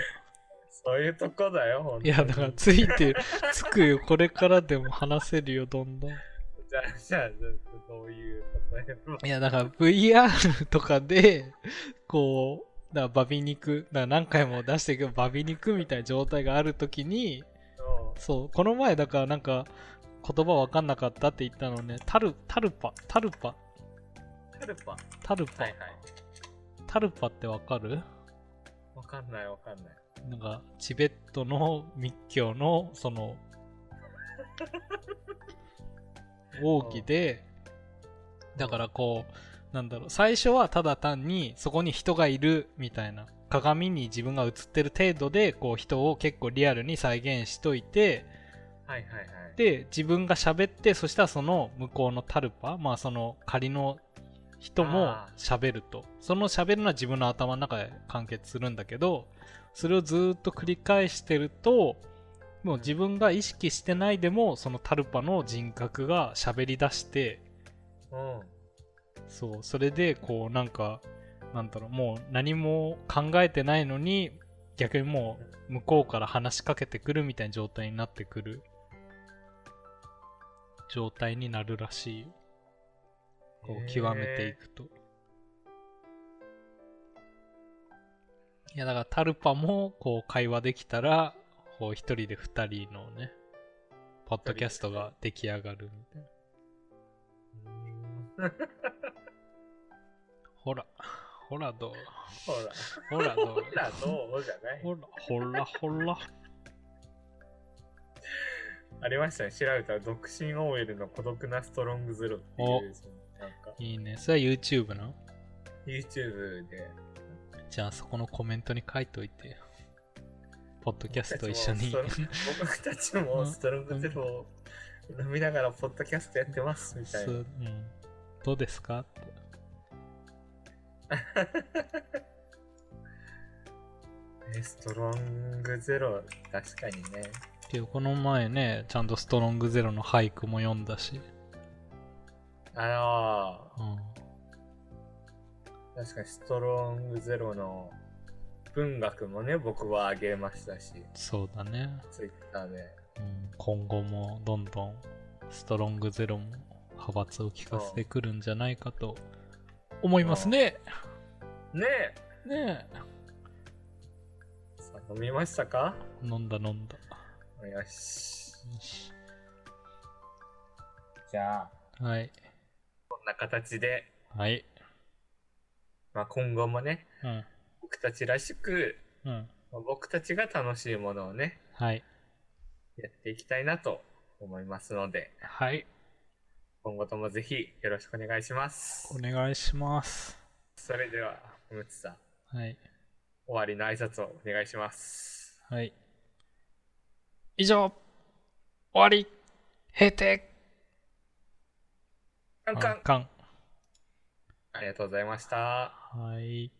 S2: そういうとこだよ、ほん
S1: いやだからついてるつくよこれからでも話せるよどんどん
S2: じゃあ、じゃあ、じゃあどういう、例えば。
S1: いや、だから VR とかで、こう、だからバビ肉、だから何回も出してるけど、バビ肉みたいな状態があるときに、そう、この前、だからなんか、言葉わかんなかったって言ったのね、タル、タルパ、タルパ、
S2: カルパ。は
S1: タルパ、
S2: いはい。
S1: タルパってわかる
S2: わかんないわかんない。
S1: なんか、チベットの密教の、その、奥義で、だからこう、なんだろう、最初はただ単にそこに人がいるみたいな、鏡に自分が映ってる程度で、こう人を結構リアルに再現しといて、
S2: はいはいはい。
S1: で、自分が喋って、そしたらその向こうのタルパ、まあその仮の人も
S2: あ
S1: 喋ると。その喋るのは自分の頭の中で完結するんだけど、それをずーっと繰り返してると、もう自分が意識してないでも、そのタルパの人格が喋り出して、
S2: うん。
S1: そうそれでこうなんかなんだろうもう何も考えてないのに逆にもう向こうから話しかけてくるみたいな状態になってくる状態になるらしいよこう極めていくと、いやだからタルパもこう会話できたらこう一人で二人のねポッドキャストが出来上がるみたいな
S2: へー。うーん
S1: ほらほらどう
S2: ほら、
S1: ほらどう
S2: ほら、どうじゃない
S1: ほらほらほら。
S2: ありましたね。調べたら、独身 OL の孤独なストロングゼロっていう、そのなんか、
S1: いいね。それは YouTube な。
S2: YouTube で。
S1: じゃあそこのコメントに書いといて。ポッドキャスト一緒に。
S2: 僕たちもストロン僕たちもストロングゼロを飲みながら、ポッドキャストやってますみたい
S1: そう
S2: な。
S1: うんどうですかって
S2: ねストロングゼロ、確かにね。
S1: けどこの前ね、ちゃんとストロングゼロの俳句も読んだし。
S2: あの
S1: うん
S2: ー確かにストロングゼロの文学もね、僕はあげましたし、
S1: そうだね、
S2: ツイッターで。
S1: うん今後もどんどんストロングゼロも派閥を聞かせてくるんじゃないかと思いますね。
S2: ねえ
S1: ね
S2: さあ飲みましたか
S1: え。飲んだ飲んだ。
S2: よし。
S1: よし
S2: じゃあ、
S1: はい。
S2: こんな形で、
S1: はい。
S2: まあ、今後もね、
S1: うん。
S2: 僕たちらしく、
S1: うん。
S2: まあ僕たちが楽しいものをね、
S1: はい。
S2: やっていきたいなと思いますので、
S1: はい。
S2: 今後ともぜひよろしくお願いします
S1: お。願いします。
S2: それでは、むつさん、
S1: はい。
S2: 終わりの挨拶をお願いします。
S1: はい。以上。終わり。閉店。
S2: カンカン
S1: カン。
S2: ありがとうございました。
S1: はい。